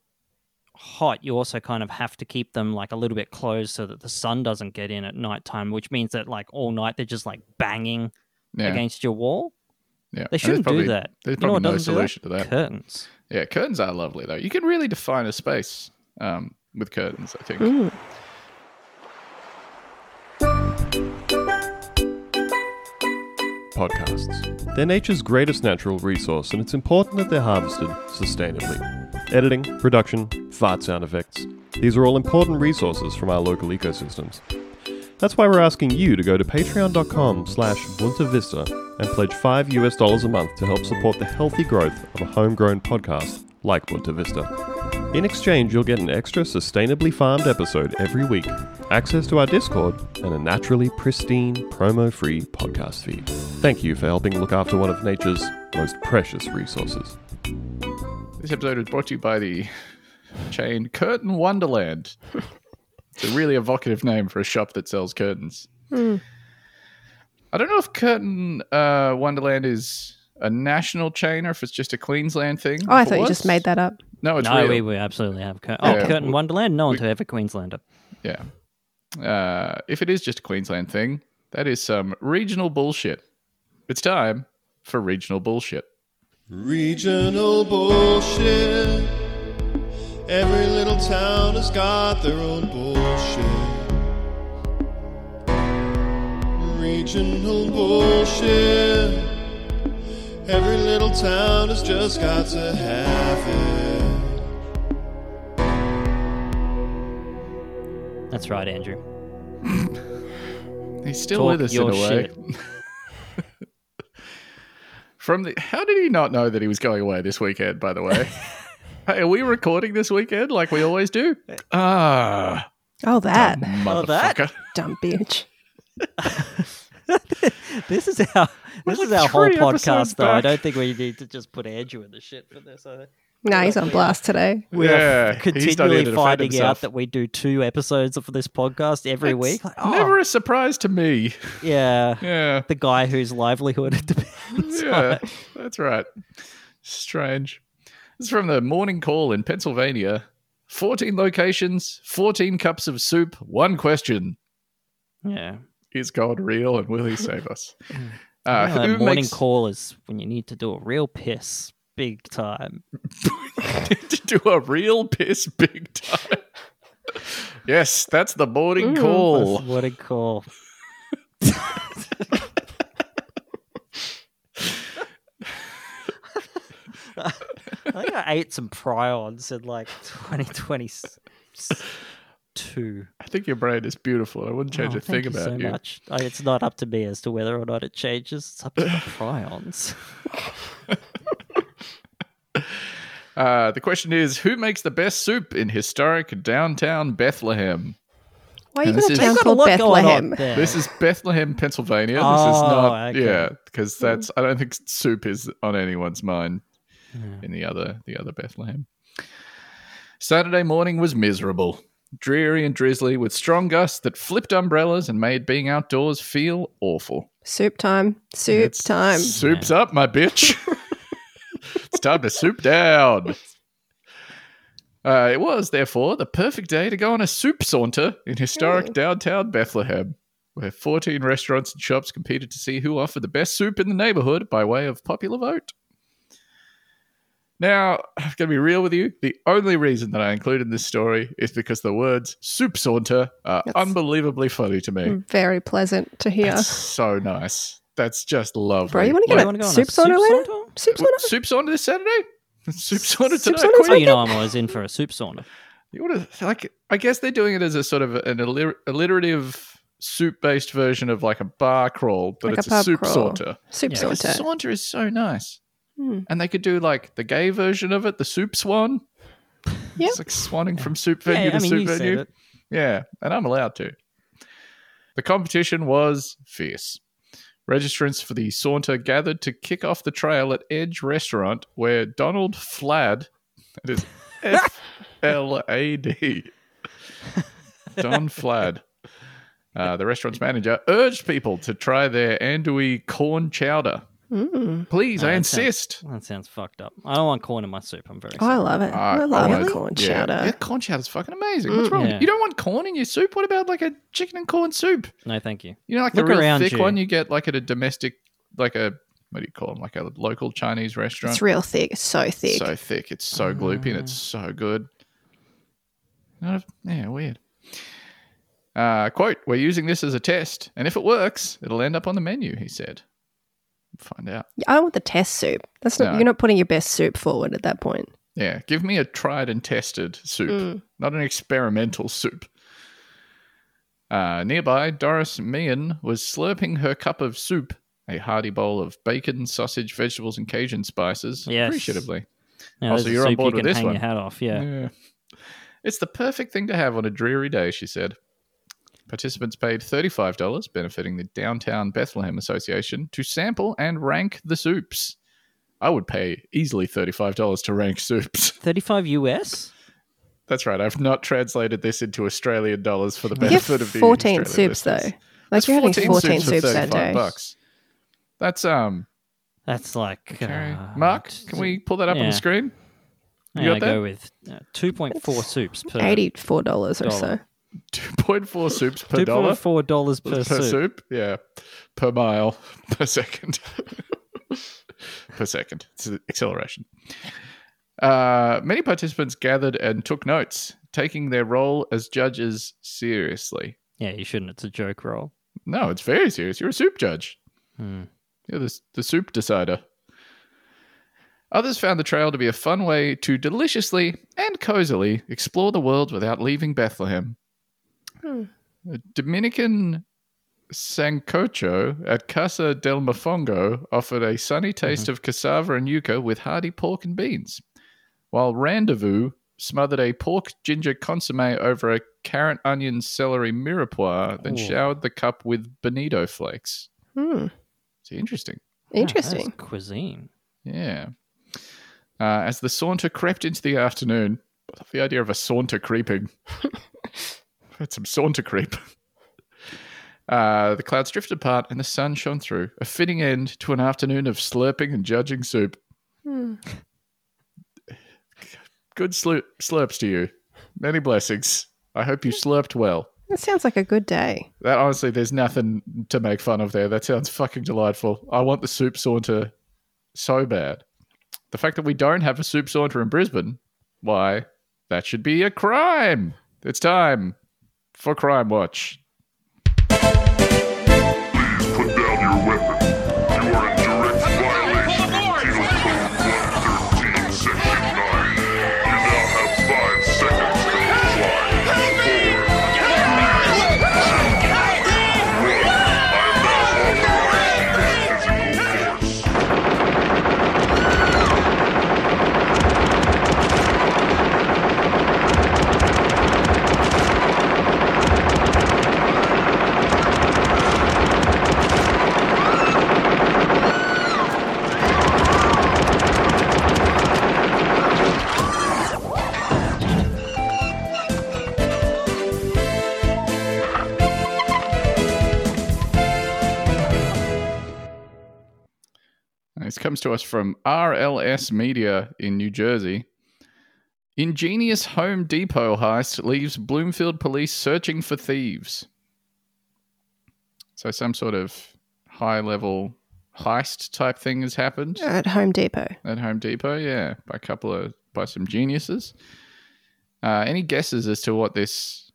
[SPEAKER 1] hot, you also kind of have to keep them like a little bit closed so that the sun doesn't get in at nighttime, which means that like all night they're just like banging
[SPEAKER 2] yeah,
[SPEAKER 1] against your wall.
[SPEAKER 2] yeah.
[SPEAKER 1] They
[SPEAKER 2] And there's
[SPEAKER 1] shouldn't
[SPEAKER 2] probably-
[SPEAKER 1] do that. You
[SPEAKER 2] There's
[SPEAKER 1] know
[SPEAKER 2] probably
[SPEAKER 1] what
[SPEAKER 2] no
[SPEAKER 1] doesn't do that?
[SPEAKER 2] solution to that.
[SPEAKER 1] Curtains.
[SPEAKER 2] Yeah, curtains are lovely though. You can really define a space um, with curtains. I think.
[SPEAKER 3] Mm.
[SPEAKER 4] podcasts. They're nature's greatest natural resource, and it's important that they're harvested sustainably. Editing, production, fart sound effects. These are all important resources from our local ecosystems. That's why we're asking you to go to patreon.com slash Bunta Vista and pledge 5 US dollars a month to help support the healthy growth of a homegrown podcast like Bunta Vista. In exchange, you'll get an extra sustainably farmed episode every week, access to our Discord, and a naturally pristine, promo free podcast feed. Thank you for helping look after one of nature's most precious resources.
[SPEAKER 2] This episode is brought to you by the chain Curtain Wonderland. it's a really evocative name for a shop that sells curtains.
[SPEAKER 3] Hmm.
[SPEAKER 2] I don't know if Curtain uh, Wonderland is a national chain or if it's just a Queensland thing.
[SPEAKER 3] Oh, I
[SPEAKER 2] If it
[SPEAKER 3] thought you
[SPEAKER 2] was-
[SPEAKER 3] just made that up.
[SPEAKER 2] No, it's
[SPEAKER 1] no,
[SPEAKER 2] real.
[SPEAKER 1] we, we absolutely have curtain. Oh,
[SPEAKER 2] Yeah.
[SPEAKER 1] curtain
[SPEAKER 2] We-
[SPEAKER 1] Wonderland. No one's ever Queenslander.
[SPEAKER 2] Yeah. Uh, if it is just a Queensland thing, that is some regional bullshit. It's time for regional bullshit.
[SPEAKER 5] Regional bullshit. Every little town has got their own bullshit. Regional bullshit. Every little town has just got to have it.
[SPEAKER 1] That's right, Andrew.
[SPEAKER 2] He's still
[SPEAKER 1] Talk
[SPEAKER 2] with us in
[SPEAKER 1] your
[SPEAKER 2] a way. From the, how did he not know that he was going away this weekend? By
[SPEAKER 1] *laughs*
[SPEAKER 2] the way, hey, are we recording this weekend like we always do? Ah,
[SPEAKER 3] Oh, *laughs* that
[SPEAKER 1] Uh, Oh, that?
[SPEAKER 2] motherfucker!
[SPEAKER 3] dumb bitch.
[SPEAKER 1] *laughs* This is our
[SPEAKER 2] We're
[SPEAKER 1] this
[SPEAKER 2] like
[SPEAKER 1] is our whole
[SPEAKER 2] three episodes
[SPEAKER 1] podcast, though. I
[SPEAKER 2] back.
[SPEAKER 1] don't think we need to just put Andrew in the shit for this. I
[SPEAKER 3] No, he's on blast today.
[SPEAKER 1] We
[SPEAKER 2] Yeah,
[SPEAKER 1] are
[SPEAKER 2] he's not here to
[SPEAKER 1] continually
[SPEAKER 2] defend
[SPEAKER 1] finding
[SPEAKER 2] himself.
[SPEAKER 1] out that we do two episodes of this podcast every week. Like, oh,
[SPEAKER 2] *laughs* Never a surprise to me.
[SPEAKER 1] yeah,
[SPEAKER 2] Yeah,
[SPEAKER 1] the guy whose livelihood it *laughs* depends.
[SPEAKER 2] yeah, that's right. Strange. This is from the morning call in Pennsylvania. 14 locations, 14 cups of soup, one question. Uh,
[SPEAKER 1] on. Yeah,
[SPEAKER 2] Is God real and will he
[SPEAKER 1] *laughs*
[SPEAKER 2] save us?
[SPEAKER 1] You
[SPEAKER 2] Uh,
[SPEAKER 1] know, that
[SPEAKER 2] who
[SPEAKER 1] morning
[SPEAKER 2] makes-
[SPEAKER 1] call is when you need to do a real piss, big time.
[SPEAKER 2] *laughs* to do a real piss big time. yes, that's the morning call.
[SPEAKER 1] What a call! I think I ate some prions in like 2022.
[SPEAKER 2] I think your brain is beautiful. I wouldn't change
[SPEAKER 1] Oh,
[SPEAKER 2] a thing
[SPEAKER 1] thank you
[SPEAKER 2] about
[SPEAKER 1] so
[SPEAKER 2] you.
[SPEAKER 1] much. I- it's not up to me as to whether or not it changes. It's
[SPEAKER 2] *sighs*
[SPEAKER 1] up to the prions.
[SPEAKER 2] Uh, the question is who makes the best soup in historic downtown Bethlehem?
[SPEAKER 3] Why you
[SPEAKER 2] This
[SPEAKER 3] got a
[SPEAKER 2] is-
[SPEAKER 3] town
[SPEAKER 1] They've got a
[SPEAKER 3] called
[SPEAKER 1] lot going on
[SPEAKER 3] Bethlehem?
[SPEAKER 1] there.
[SPEAKER 2] This is Bethlehem, Pennsylvania. This is
[SPEAKER 1] Oh,
[SPEAKER 2] not,
[SPEAKER 1] okay. Hmm.
[SPEAKER 2] yeah, because that's. I don't think soup is on anyone's mind in the other the other Bethlehem. Saturday morning was miserable, dreary and drizzly, with strong gusts that flipped umbrellas and made being outdoors feel awful.
[SPEAKER 3] Soup time. Soup
[SPEAKER 2] It's
[SPEAKER 3] time.
[SPEAKER 2] Soup's up, my
[SPEAKER 3] *laughs*
[SPEAKER 2] bitch. it's time to soup down. Uh, it was, therefore, the perfect day to go on a soup saunter in historic downtown Bethlehem, where 14 restaurants and shops competed to see who offered the best soup in the neighborhood by way of popular vote. Now, I'm going to be real with you. The only reason that I included this story is because the words soup saunter are
[SPEAKER 3] That's- Hmm.
[SPEAKER 2] unbelievably funny to me.
[SPEAKER 3] Mm, Very pleasant to hear.
[SPEAKER 2] That's so nice. That's just lovely.
[SPEAKER 3] Bro, you want to
[SPEAKER 1] Why,
[SPEAKER 3] get
[SPEAKER 1] you wanna
[SPEAKER 3] a
[SPEAKER 1] go on
[SPEAKER 3] soup
[SPEAKER 1] a soup
[SPEAKER 3] sauna later?
[SPEAKER 1] sauna?
[SPEAKER 3] Soup
[SPEAKER 2] What,
[SPEAKER 3] sauna?
[SPEAKER 2] soup sauna this Saturday? *laughs* Soup sauna
[SPEAKER 3] Soup
[SPEAKER 2] tonight.
[SPEAKER 3] sauna
[SPEAKER 2] quick.
[SPEAKER 1] Well, Oh, you know, I'm always in for a soup sauna.
[SPEAKER 2] You want to like? I guess they're doing it as a sort of an alliter- alliterative soup-based version of like a bar crawl, but
[SPEAKER 3] Like a
[SPEAKER 2] it's a,
[SPEAKER 3] pub
[SPEAKER 2] soup
[SPEAKER 3] crawl.
[SPEAKER 2] saunter.
[SPEAKER 3] Soup
[SPEAKER 1] Yeah.
[SPEAKER 2] Like, a
[SPEAKER 3] sauna.
[SPEAKER 2] saunter is so nice,
[SPEAKER 3] Hmm.
[SPEAKER 2] and they could do like the gay version of it, the soup swan.
[SPEAKER 3] Yeah.
[SPEAKER 2] it's like swanning from soup venue
[SPEAKER 1] Yeah,
[SPEAKER 2] to
[SPEAKER 1] I mean,
[SPEAKER 2] soup
[SPEAKER 1] you
[SPEAKER 2] venue.
[SPEAKER 1] said it.
[SPEAKER 2] Yeah, and I'm allowed to. The competition was fierce. Registrants for the saunter gathered to kick off the trail at Edge Restaurant, where Donald Flad, that is F L A D, Don Flad, uh, the restaurant's manager, urged people to try their andouille corn chowder.
[SPEAKER 3] Mm.
[SPEAKER 2] Please, I
[SPEAKER 1] Oh, that sounds-
[SPEAKER 2] insist.
[SPEAKER 1] That sounds fucked up. I don't want corn in my soup. I'm very
[SPEAKER 3] Oh, I
[SPEAKER 1] sorry.
[SPEAKER 3] love it.
[SPEAKER 2] Uh,
[SPEAKER 3] I love
[SPEAKER 2] wanna-
[SPEAKER 3] a corn
[SPEAKER 2] yeah.
[SPEAKER 3] chowder.
[SPEAKER 2] Yeah, corn chowder's fucking amazing. What's wrong?
[SPEAKER 1] Mm, Yeah.
[SPEAKER 2] You don't want corn in your soup? What about like a chicken and corn soup?
[SPEAKER 1] No, thank you.
[SPEAKER 2] You know, like
[SPEAKER 1] Look
[SPEAKER 2] the real
[SPEAKER 1] around
[SPEAKER 2] thick
[SPEAKER 1] you.
[SPEAKER 2] one you get like at a domestic, like a what do you call them? Like a local Chinese restaurant.
[SPEAKER 3] It's real thick. It's so thick.
[SPEAKER 2] So thick, it's so gloopy, and it's
[SPEAKER 1] Ah.
[SPEAKER 2] so good. Not a- yeah, weird. Uh, quote: We're using this as a test, and if it works, it'll end up on the menu. He said. Find out.
[SPEAKER 3] Yeah, I want the test soup. That's not
[SPEAKER 2] No.
[SPEAKER 3] you're not putting your best soup forward at that point.
[SPEAKER 2] Yeah, give me a tried and tested soup, not an experimental soup. Uh, nearby, Doris Meehan was slurping her cup of soup, a hearty bowl of bacon, sausage, vegetables, and Cajun spices,
[SPEAKER 1] Yes.
[SPEAKER 2] appreciatively.
[SPEAKER 1] Yeah,
[SPEAKER 2] Oh,
[SPEAKER 1] there's
[SPEAKER 2] so
[SPEAKER 1] a
[SPEAKER 2] you're on
[SPEAKER 1] soup
[SPEAKER 2] board
[SPEAKER 1] you
[SPEAKER 2] with
[SPEAKER 1] can
[SPEAKER 2] this
[SPEAKER 1] hang
[SPEAKER 2] one.
[SPEAKER 1] your hat off. Yeah.
[SPEAKER 2] Yeah. It's the perfect thing to have on a dreary day, she said. Participants paid $35, benefiting the Downtown Bethlehem Association, to sample and rank the soups. I would pay easily $35 to rank soups.
[SPEAKER 1] 35 US?
[SPEAKER 2] That's right. I've not translated this into Australian dollars for the
[SPEAKER 3] You have
[SPEAKER 2] benefit of the
[SPEAKER 3] fourteen
[SPEAKER 2] Australian
[SPEAKER 3] soups
[SPEAKER 2] listeners.
[SPEAKER 3] though. Like
[SPEAKER 2] That's
[SPEAKER 3] you're having fourteen
[SPEAKER 2] for
[SPEAKER 3] soups that
[SPEAKER 2] 35
[SPEAKER 3] day.
[SPEAKER 2] Bucks. That's um.
[SPEAKER 1] That's like.
[SPEAKER 2] okay.
[SPEAKER 1] uh,
[SPEAKER 2] Mark,
[SPEAKER 1] t-
[SPEAKER 2] can we pull that up on
[SPEAKER 1] yeah.
[SPEAKER 2] the screen? *laughs*
[SPEAKER 1] I'm
[SPEAKER 2] you
[SPEAKER 1] going
[SPEAKER 2] got
[SPEAKER 1] to go with uh, 2.4 soups per.
[SPEAKER 3] Eighty four dollars or so.
[SPEAKER 1] Dollar.
[SPEAKER 2] Two point four soups per dollar
[SPEAKER 1] $2.4 dollars per,
[SPEAKER 2] per
[SPEAKER 1] soup.
[SPEAKER 2] soup. Yeah, per mile *laughs* per second *laughs* per second. It's an acceleration. Uh, many participants gathered and took notes, taking their role as judges seriously.
[SPEAKER 1] Yeah, you shouldn't. It's a joke roll.
[SPEAKER 2] No, it's very serious. You're a soup judge.
[SPEAKER 1] Hmm.
[SPEAKER 2] Yeah, the, the soup decider. Others found the trail to be a fun way to deliciously and cozily explore the world without leaving Bethlehem.
[SPEAKER 3] Hmm.
[SPEAKER 2] A Dominican Sancocho at Casa del Mofongo offered a sunny taste of cassava and yuca with hearty pork and beans, while Rendezvous smothered a pork ginger consomme over a carrot onion celery mirepoix, then
[SPEAKER 1] Ooh.
[SPEAKER 2] showered the cup with bonito flakes.
[SPEAKER 3] Hmm.
[SPEAKER 2] It's interesting.
[SPEAKER 1] Yeah, that is
[SPEAKER 3] Interesting.
[SPEAKER 1] cuisine.
[SPEAKER 2] Yeah. Uh, as the saunter crept into the afternoon, I love the idea of a saunter creeping. Had some saunter creep. Uh, the clouds drifted apart and the sun shone through, a fitting end to an afternoon of slurping and judging soup.
[SPEAKER 3] Hmm.
[SPEAKER 2] Good slurp, slurps to you. Many blessings. I hope you slurped well.
[SPEAKER 3] That sounds like a good day.
[SPEAKER 2] That honestly, there's nothing to make fun of there. That sounds fucking delightful. I want the soup saunter so bad. The fact that we don't have a soup saunter in Brisbane, why, that should be a crime. It's time for Crime Watch.
[SPEAKER 6] Put down your weapon. You are in direct violation of Penal Code 113, Section 9. You now have five seconds to comply. Four, three, two, one. I am now authorizing your physical force.
[SPEAKER 2] This comes to us from RLS Media in New Jersey. Ingenious Home Depot heist leaves Bloomfield police searching for thieves. So, some sort of high level heist type thing has happened
[SPEAKER 3] at Home Depot.
[SPEAKER 2] at Home Depot. Yeah, by a couple of by some geniuses. Uh, any guesses as to what this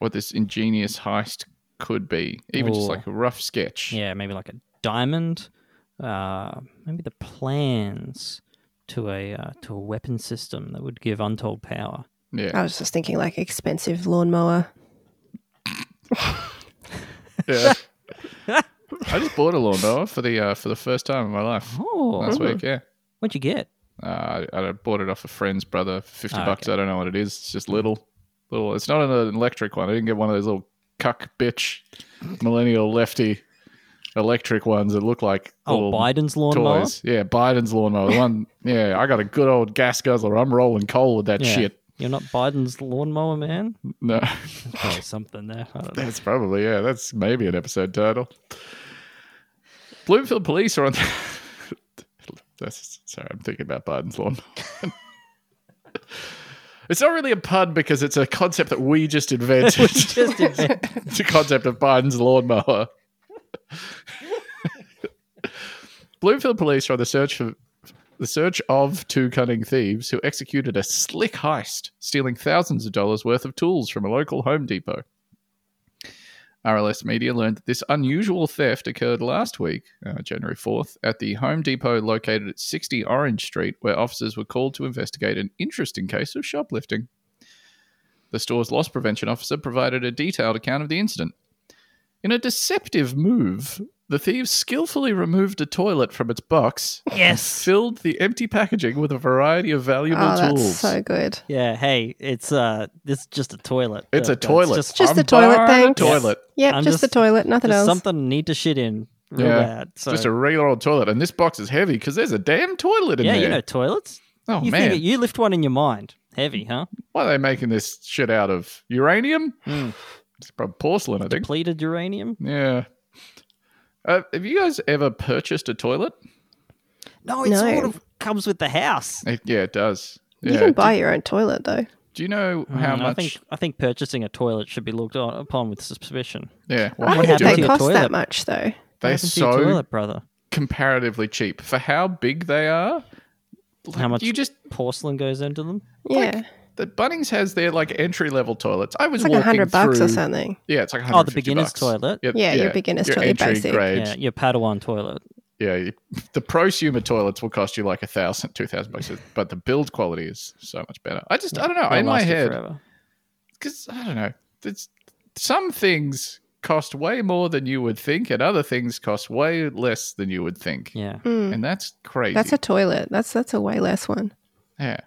[SPEAKER 2] what this ingenious heist could be? Even
[SPEAKER 1] Ooh.
[SPEAKER 2] just like a rough sketch.
[SPEAKER 1] Yeah, maybe like a diamond. Uh, maybe the plans to a uh, to a weapon system that would give untold power.
[SPEAKER 2] yeah.
[SPEAKER 3] I was just thinking like expensive lawnmower.
[SPEAKER 1] *laughs*
[SPEAKER 2] Yeah. I just bought a lawnmower for the uh, for the first time in my life
[SPEAKER 1] Oh,
[SPEAKER 2] last week. Yeah,
[SPEAKER 1] what'd you get?
[SPEAKER 2] uh, I, I bought it off a friend's brother for fifty
[SPEAKER 1] Ah, Hmm.
[SPEAKER 2] bucks. I don't know what it is. It's just little, little. It's not an electric one. I didn't get one of those little cuck bitch millennial lefty electric ones that look like
[SPEAKER 1] Oh,
[SPEAKER 2] little
[SPEAKER 1] Biden's lawnmower.
[SPEAKER 2] toys. Yeah, Biden's lawnmower. The one. Yeah, I got a good old gas guzzler. I'm rolling coal with that
[SPEAKER 1] Yeah.
[SPEAKER 2] shit.
[SPEAKER 1] You're not Biden's lawnmower man.
[SPEAKER 2] No,
[SPEAKER 1] Probably something there. I don't know.
[SPEAKER 2] that's probably yeah. That's maybe an episode title. Bloomfield police are on. *laughs* that's sorry. I'm thinking about Biden's lawn. *laughs* it's not really a pun because it's a concept that we just
[SPEAKER 1] *laughs*
[SPEAKER 2] invented. *laughs*
[SPEAKER 1] Just invent-
[SPEAKER 2] the concept of Biden's lawnmower. *laughs* Bloomfield police are on the search for the search of two cunning thieves who executed a slick heist, stealing thousands of dollars worth of tools from a local Home Depot. RLS Media learned that this unusual theft occurred last week, uh, January 4th, at the Home Depot located at 60 Orange Street, where officers were called to investigate an interesting case of shoplifting. The store's loss prevention officer provided a detailed account of the incident. In a deceptive move, the thieves skillfully removed a toilet from its box
[SPEAKER 1] yes.
[SPEAKER 2] filled the empty packaging with a variety of valuable
[SPEAKER 3] Oh, that's
[SPEAKER 2] tools.
[SPEAKER 3] so good.
[SPEAKER 1] Yeah. Hey, it's uh, it's just a toilet.
[SPEAKER 2] It's
[SPEAKER 1] Uh,
[SPEAKER 2] a toilet.
[SPEAKER 1] just,
[SPEAKER 3] Just the
[SPEAKER 2] I'm
[SPEAKER 3] toilet,
[SPEAKER 2] buying a
[SPEAKER 3] thanks.
[SPEAKER 2] toilet.
[SPEAKER 3] Yep,
[SPEAKER 1] I'm
[SPEAKER 3] just, the
[SPEAKER 1] just-
[SPEAKER 3] toilet, nothing
[SPEAKER 1] just
[SPEAKER 3] else.
[SPEAKER 1] something I need to shit in. Real
[SPEAKER 2] Yeah.
[SPEAKER 1] bad. So,
[SPEAKER 2] Just a regular old toilet, and this box is heavy because there's a damn toilet in
[SPEAKER 1] yeah,
[SPEAKER 2] there.
[SPEAKER 1] you know toilets.
[SPEAKER 2] oh
[SPEAKER 1] you
[SPEAKER 2] man,
[SPEAKER 1] think it, you lift one in your mind. Heavy, huh?
[SPEAKER 2] why are they making this shit out of uranium?
[SPEAKER 1] Mm.
[SPEAKER 2] It's probably porcelain, I think.
[SPEAKER 1] Depleted uranium.
[SPEAKER 2] Yeah. Uh, have you guys ever purchased a toilet?
[SPEAKER 1] No, it
[SPEAKER 3] No.
[SPEAKER 1] sort of comes with the house.
[SPEAKER 2] It, yeah, it does. Yeah.
[SPEAKER 3] you can buy
[SPEAKER 2] do,
[SPEAKER 3] your own toilet though.
[SPEAKER 2] do you know how
[SPEAKER 1] Mm,
[SPEAKER 2] much?
[SPEAKER 1] I think I think purchasing a toilet should be looked on, upon with suspicion.
[SPEAKER 2] yeah.
[SPEAKER 3] I
[SPEAKER 2] Well,
[SPEAKER 1] what
[SPEAKER 2] they
[SPEAKER 3] don't
[SPEAKER 1] happened
[SPEAKER 3] think
[SPEAKER 2] do
[SPEAKER 1] to
[SPEAKER 3] they
[SPEAKER 2] it.
[SPEAKER 1] your
[SPEAKER 3] cost
[SPEAKER 1] toilet?
[SPEAKER 3] that much though.
[SPEAKER 1] What
[SPEAKER 2] They're
[SPEAKER 1] happened to your
[SPEAKER 2] so
[SPEAKER 1] toilet, brother.
[SPEAKER 2] comparatively cheap for how big they are.
[SPEAKER 1] How much
[SPEAKER 2] You just
[SPEAKER 1] porcelain goes into them?
[SPEAKER 3] Yeah,
[SPEAKER 2] The Bunnings has their like entry level toilets. I was
[SPEAKER 3] it's like a
[SPEAKER 2] walking
[SPEAKER 3] hundred bucks
[SPEAKER 2] through,
[SPEAKER 3] or something.
[SPEAKER 2] Yeah, it's like 150
[SPEAKER 1] Oh, the beginner's
[SPEAKER 2] bucks.
[SPEAKER 1] toilet.
[SPEAKER 3] Yeah, your beginner's toilet,
[SPEAKER 2] entry
[SPEAKER 3] basic.
[SPEAKER 2] Grade.
[SPEAKER 1] Yeah, your Padawan toilet.
[SPEAKER 2] Yeah, you- *laughs* the prosumer toilets will cost you like a thousand, two thousand bucks, but the build quality is so much better. I just, I don't know,
[SPEAKER 1] That'll
[SPEAKER 2] in my
[SPEAKER 1] last you
[SPEAKER 2] head,
[SPEAKER 1] forever.
[SPEAKER 2] because I don't know, it's, some things cost way more than you would think, and other things cost way less than you would think,
[SPEAKER 1] Yeah.
[SPEAKER 3] Mm.
[SPEAKER 2] and that's crazy.
[SPEAKER 3] That's a toilet. That's that's a way less one.
[SPEAKER 2] Yeah.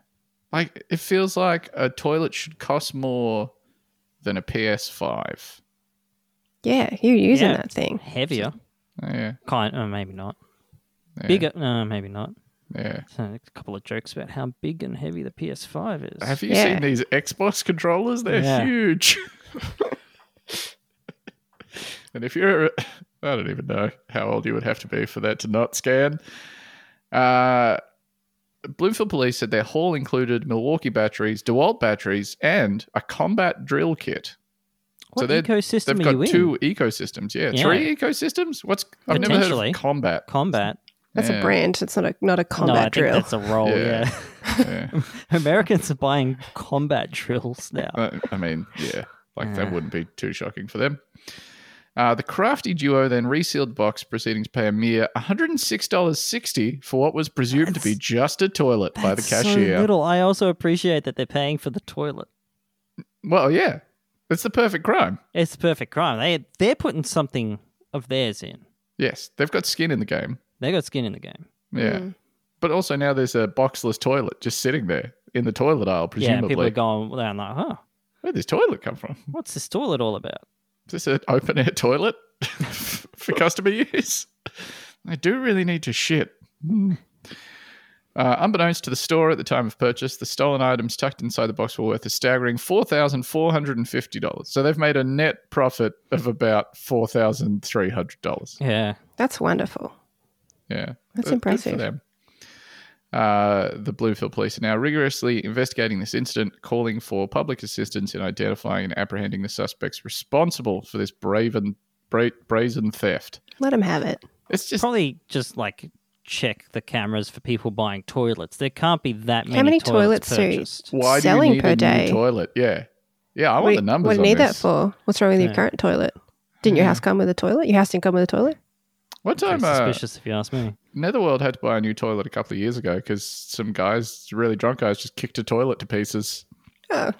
[SPEAKER 2] Like it feels like a toilet should cost more than a PS5.
[SPEAKER 3] Yeah, you're using
[SPEAKER 1] Yeah.
[SPEAKER 3] that thing.
[SPEAKER 1] Heavier.
[SPEAKER 2] Yeah.
[SPEAKER 1] Kind oh, maybe not.
[SPEAKER 2] yeah,
[SPEAKER 1] Bigger no, maybe not.
[SPEAKER 2] Yeah.
[SPEAKER 1] So, A couple of jokes about how big and heavy the PS5 is.
[SPEAKER 2] Have you
[SPEAKER 3] Yeah.
[SPEAKER 2] seen these Xbox controllers? They're
[SPEAKER 1] Yeah.
[SPEAKER 2] huge. *laughs* and if you're, I don't even know how old you would have to be for that to not scan. Uh, Bloomfield police said their haul included Milwaukee batteries, DeWalt batteries, and a combat drill kit.
[SPEAKER 1] what
[SPEAKER 2] they're-
[SPEAKER 1] ecosystem
[SPEAKER 2] They've
[SPEAKER 1] are you
[SPEAKER 2] got
[SPEAKER 1] in?
[SPEAKER 2] two ecosystems. Yeah,
[SPEAKER 1] Yeah.
[SPEAKER 2] three ecosystems. What's I've never heard
[SPEAKER 1] Potentially.
[SPEAKER 2] of combat.
[SPEAKER 1] Combat.
[SPEAKER 3] That's
[SPEAKER 2] Yeah,
[SPEAKER 3] a brand. It's not a not a combat
[SPEAKER 1] no, I
[SPEAKER 3] drill.
[SPEAKER 1] think that's a roll.
[SPEAKER 2] Yeah.
[SPEAKER 1] Yeah. *laughs*
[SPEAKER 2] yeah.
[SPEAKER 1] Americans are buying combat drills now.
[SPEAKER 2] Uh, I mean, yeah, like
[SPEAKER 1] Yeah.
[SPEAKER 2] that wouldn't be too shocking for them. Uh, the crafty duo then resealed the box, proceeding to pay a mere $106.60 for what was presumed to be just a toilet *laughs* by the
[SPEAKER 1] That's so
[SPEAKER 2] cashier.
[SPEAKER 1] little. I also appreciate that they're paying for the toilet.
[SPEAKER 2] well, yeah, it's the perfect crime.
[SPEAKER 1] It's the perfect crime. They they're putting something of theirs in.
[SPEAKER 2] Yes, they've got skin in the game.
[SPEAKER 1] They got skin in the game.
[SPEAKER 2] Yeah.
[SPEAKER 1] Hmm.
[SPEAKER 3] Mm.
[SPEAKER 2] But also now there's a boxless toilet just sitting there in the toilet aisle,
[SPEAKER 1] Yeah, people
[SPEAKER 2] presumably.
[SPEAKER 1] are going down like, huh,
[SPEAKER 2] Where'd this toilet come from?
[SPEAKER 1] what's this toilet all about?
[SPEAKER 2] Is this an open air toilet *laughs* for customer use? I do really need to shit. Hmm. Uh, unbeknownst to the store at the time of purchase, the stolen items tucked inside the box were worth a staggering four thousand four hundred and fifty dollars. So they've made a net profit of about four thousand three hundred dollars.
[SPEAKER 1] Yeah.
[SPEAKER 3] That's wonderful.
[SPEAKER 2] Yeah. Good- good
[SPEAKER 3] That's
[SPEAKER 2] for
[SPEAKER 3] impressive.
[SPEAKER 2] them. Uh, the Bloomfield police are now rigorously investigating this incident, calling for public assistance in identifying and apprehending the suspects responsible for this braven, bra- brazen theft.
[SPEAKER 3] Let them have it.
[SPEAKER 2] It's just
[SPEAKER 1] Probably just like check the cameras for people buying toilets. There can't be that many,
[SPEAKER 3] many
[SPEAKER 1] toilets,
[SPEAKER 3] toilet
[SPEAKER 1] purchased.
[SPEAKER 3] suits?
[SPEAKER 2] why
[SPEAKER 3] selling
[SPEAKER 2] do you need
[SPEAKER 3] per
[SPEAKER 2] a
[SPEAKER 3] day.
[SPEAKER 2] new toilet? Yeah, yeah. I want
[SPEAKER 3] Wait,
[SPEAKER 2] the numbers.
[SPEAKER 3] What do
[SPEAKER 2] on
[SPEAKER 3] you need that
[SPEAKER 2] this.
[SPEAKER 3] for? What's wrong with your
[SPEAKER 1] Yeah.
[SPEAKER 3] current toilet? Didn't your house come with a toilet? Your house didn't come with a toilet?
[SPEAKER 2] One time,
[SPEAKER 1] Pretty
[SPEAKER 2] uh,
[SPEAKER 1] suspicious if you ask me.
[SPEAKER 2] Netherworld had to buy a new toilet a couple of years ago because some guys, really drunk guys, just kicked a toilet to pieces.
[SPEAKER 3] Oh,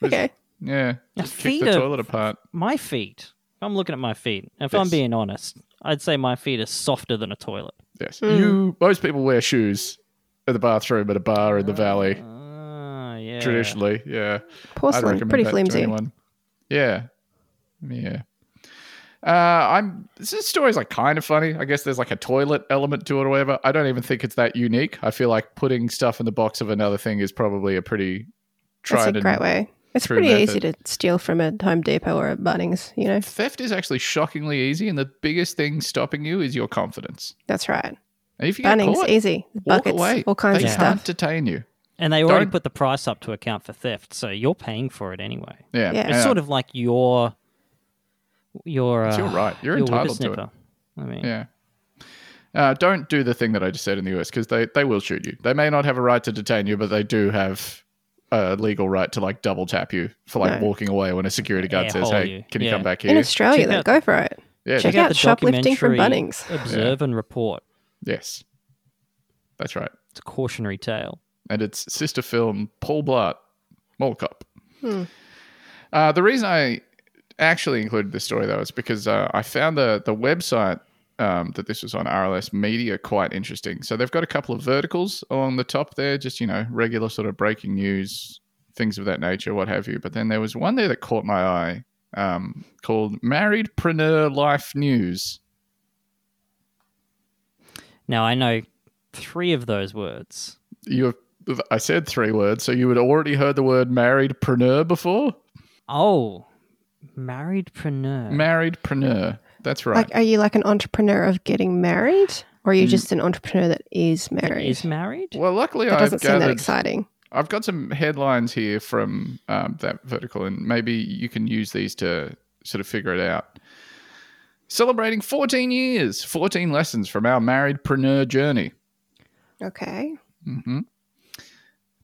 [SPEAKER 2] Was-
[SPEAKER 3] okay.
[SPEAKER 2] Yeah,
[SPEAKER 1] Now,
[SPEAKER 2] just kicked the
[SPEAKER 1] feet are-
[SPEAKER 2] toilet apart.
[SPEAKER 1] My feet. I'm looking at my feet. If
[SPEAKER 2] Yes.
[SPEAKER 1] I'm being honest, I'd say my feet are softer than a toilet.
[SPEAKER 2] Yes,
[SPEAKER 3] Hmm.
[SPEAKER 2] you. Most people wear shoes at the bathroom at a bar in the valley
[SPEAKER 1] Ah, yeah.
[SPEAKER 2] traditionally. Yeah, I'd
[SPEAKER 3] Porcelain,
[SPEAKER 2] recommend
[SPEAKER 3] pretty
[SPEAKER 2] that to
[SPEAKER 3] flimsy.
[SPEAKER 2] anyone. Yeah, yeah. Uh, I'm. This story's like kind of funny. I guess there's like a toilet element to it or whatever. I don't even think it's that unique. I feel like putting stuff in the box of another thing is probably a pretty
[SPEAKER 3] That's
[SPEAKER 2] tried
[SPEAKER 3] a
[SPEAKER 2] and
[SPEAKER 3] great way. It's
[SPEAKER 2] true
[SPEAKER 3] pretty
[SPEAKER 2] method.
[SPEAKER 3] easy to steal from a Home Depot or a Bunnings, you know?
[SPEAKER 2] Theft is actually shockingly easy, and the biggest thing stopping you is your confidence.
[SPEAKER 3] That's right.
[SPEAKER 2] And if you get
[SPEAKER 3] Bunnings,
[SPEAKER 2] caught,
[SPEAKER 3] easy.
[SPEAKER 2] walk
[SPEAKER 3] Buckets,
[SPEAKER 2] away.
[SPEAKER 3] all kinds
[SPEAKER 2] they
[SPEAKER 3] of
[SPEAKER 2] can't
[SPEAKER 3] stuff.
[SPEAKER 2] detain you.
[SPEAKER 1] And they already
[SPEAKER 2] Don't-
[SPEAKER 1] put the price up to account for theft, so you're paying for it anyway.
[SPEAKER 2] Yeah,
[SPEAKER 3] Yeah.
[SPEAKER 1] It's sort of like your your uh,
[SPEAKER 2] It's your right. You're
[SPEAKER 1] your
[SPEAKER 2] entitled to it.
[SPEAKER 1] whippersnapper. I mean,
[SPEAKER 2] Yeah. Uh, don't do the thing that I just said in the US because they, they will shoot you. They may not have a right to detain you, but they do have a legal right to like double tap you for like
[SPEAKER 3] No.
[SPEAKER 2] walking away when a security guard
[SPEAKER 1] Air
[SPEAKER 2] says,
[SPEAKER 1] hole
[SPEAKER 2] "Hey,
[SPEAKER 1] you.
[SPEAKER 2] can you
[SPEAKER 1] Yeah.
[SPEAKER 2] come back
[SPEAKER 3] In
[SPEAKER 2] here?"
[SPEAKER 3] Australia,
[SPEAKER 1] Check
[SPEAKER 3] though,
[SPEAKER 1] out-
[SPEAKER 3] go for it.
[SPEAKER 2] Yeah,
[SPEAKER 3] check
[SPEAKER 2] just-
[SPEAKER 3] out shoplifting from
[SPEAKER 1] documentary
[SPEAKER 3] Bunnings.
[SPEAKER 1] Observe and report.
[SPEAKER 2] yes, that's right.
[SPEAKER 1] It's a cautionary tale.
[SPEAKER 2] and its sister film Paul Blart, Mall Cop. Uh, the reason I actually included this story though is because uh, I found the the website um, that this was on RLS Media quite interesting. So they've got a couple of verticals along the top there, just you know regular sort of breaking news, things of that nature, what have you. But then there was one there that caught my eye um, called Marriedpreneur Life News.
[SPEAKER 1] Now I know three of those words.
[SPEAKER 2] You, have, I said three words, so you had already heard the word marriedpreneur before.
[SPEAKER 1] Oh, marriedpreneur.
[SPEAKER 2] Marriedpreneur. That's right. Mm.
[SPEAKER 3] Like, are you like an entrepreneur of getting married, or are you just an entrepreneur that is married?
[SPEAKER 1] is married.
[SPEAKER 2] well, luckily
[SPEAKER 3] that
[SPEAKER 2] I've
[SPEAKER 3] doesn't seem that
[SPEAKER 2] gathered.
[SPEAKER 3] exciting.
[SPEAKER 2] I've got some headlines here from um, that vertical, and maybe you can use these to sort of figure it out. Celebrating 14 years, 14 lessons from our marriedpreneur journey.
[SPEAKER 3] Okay.
[SPEAKER 2] hmm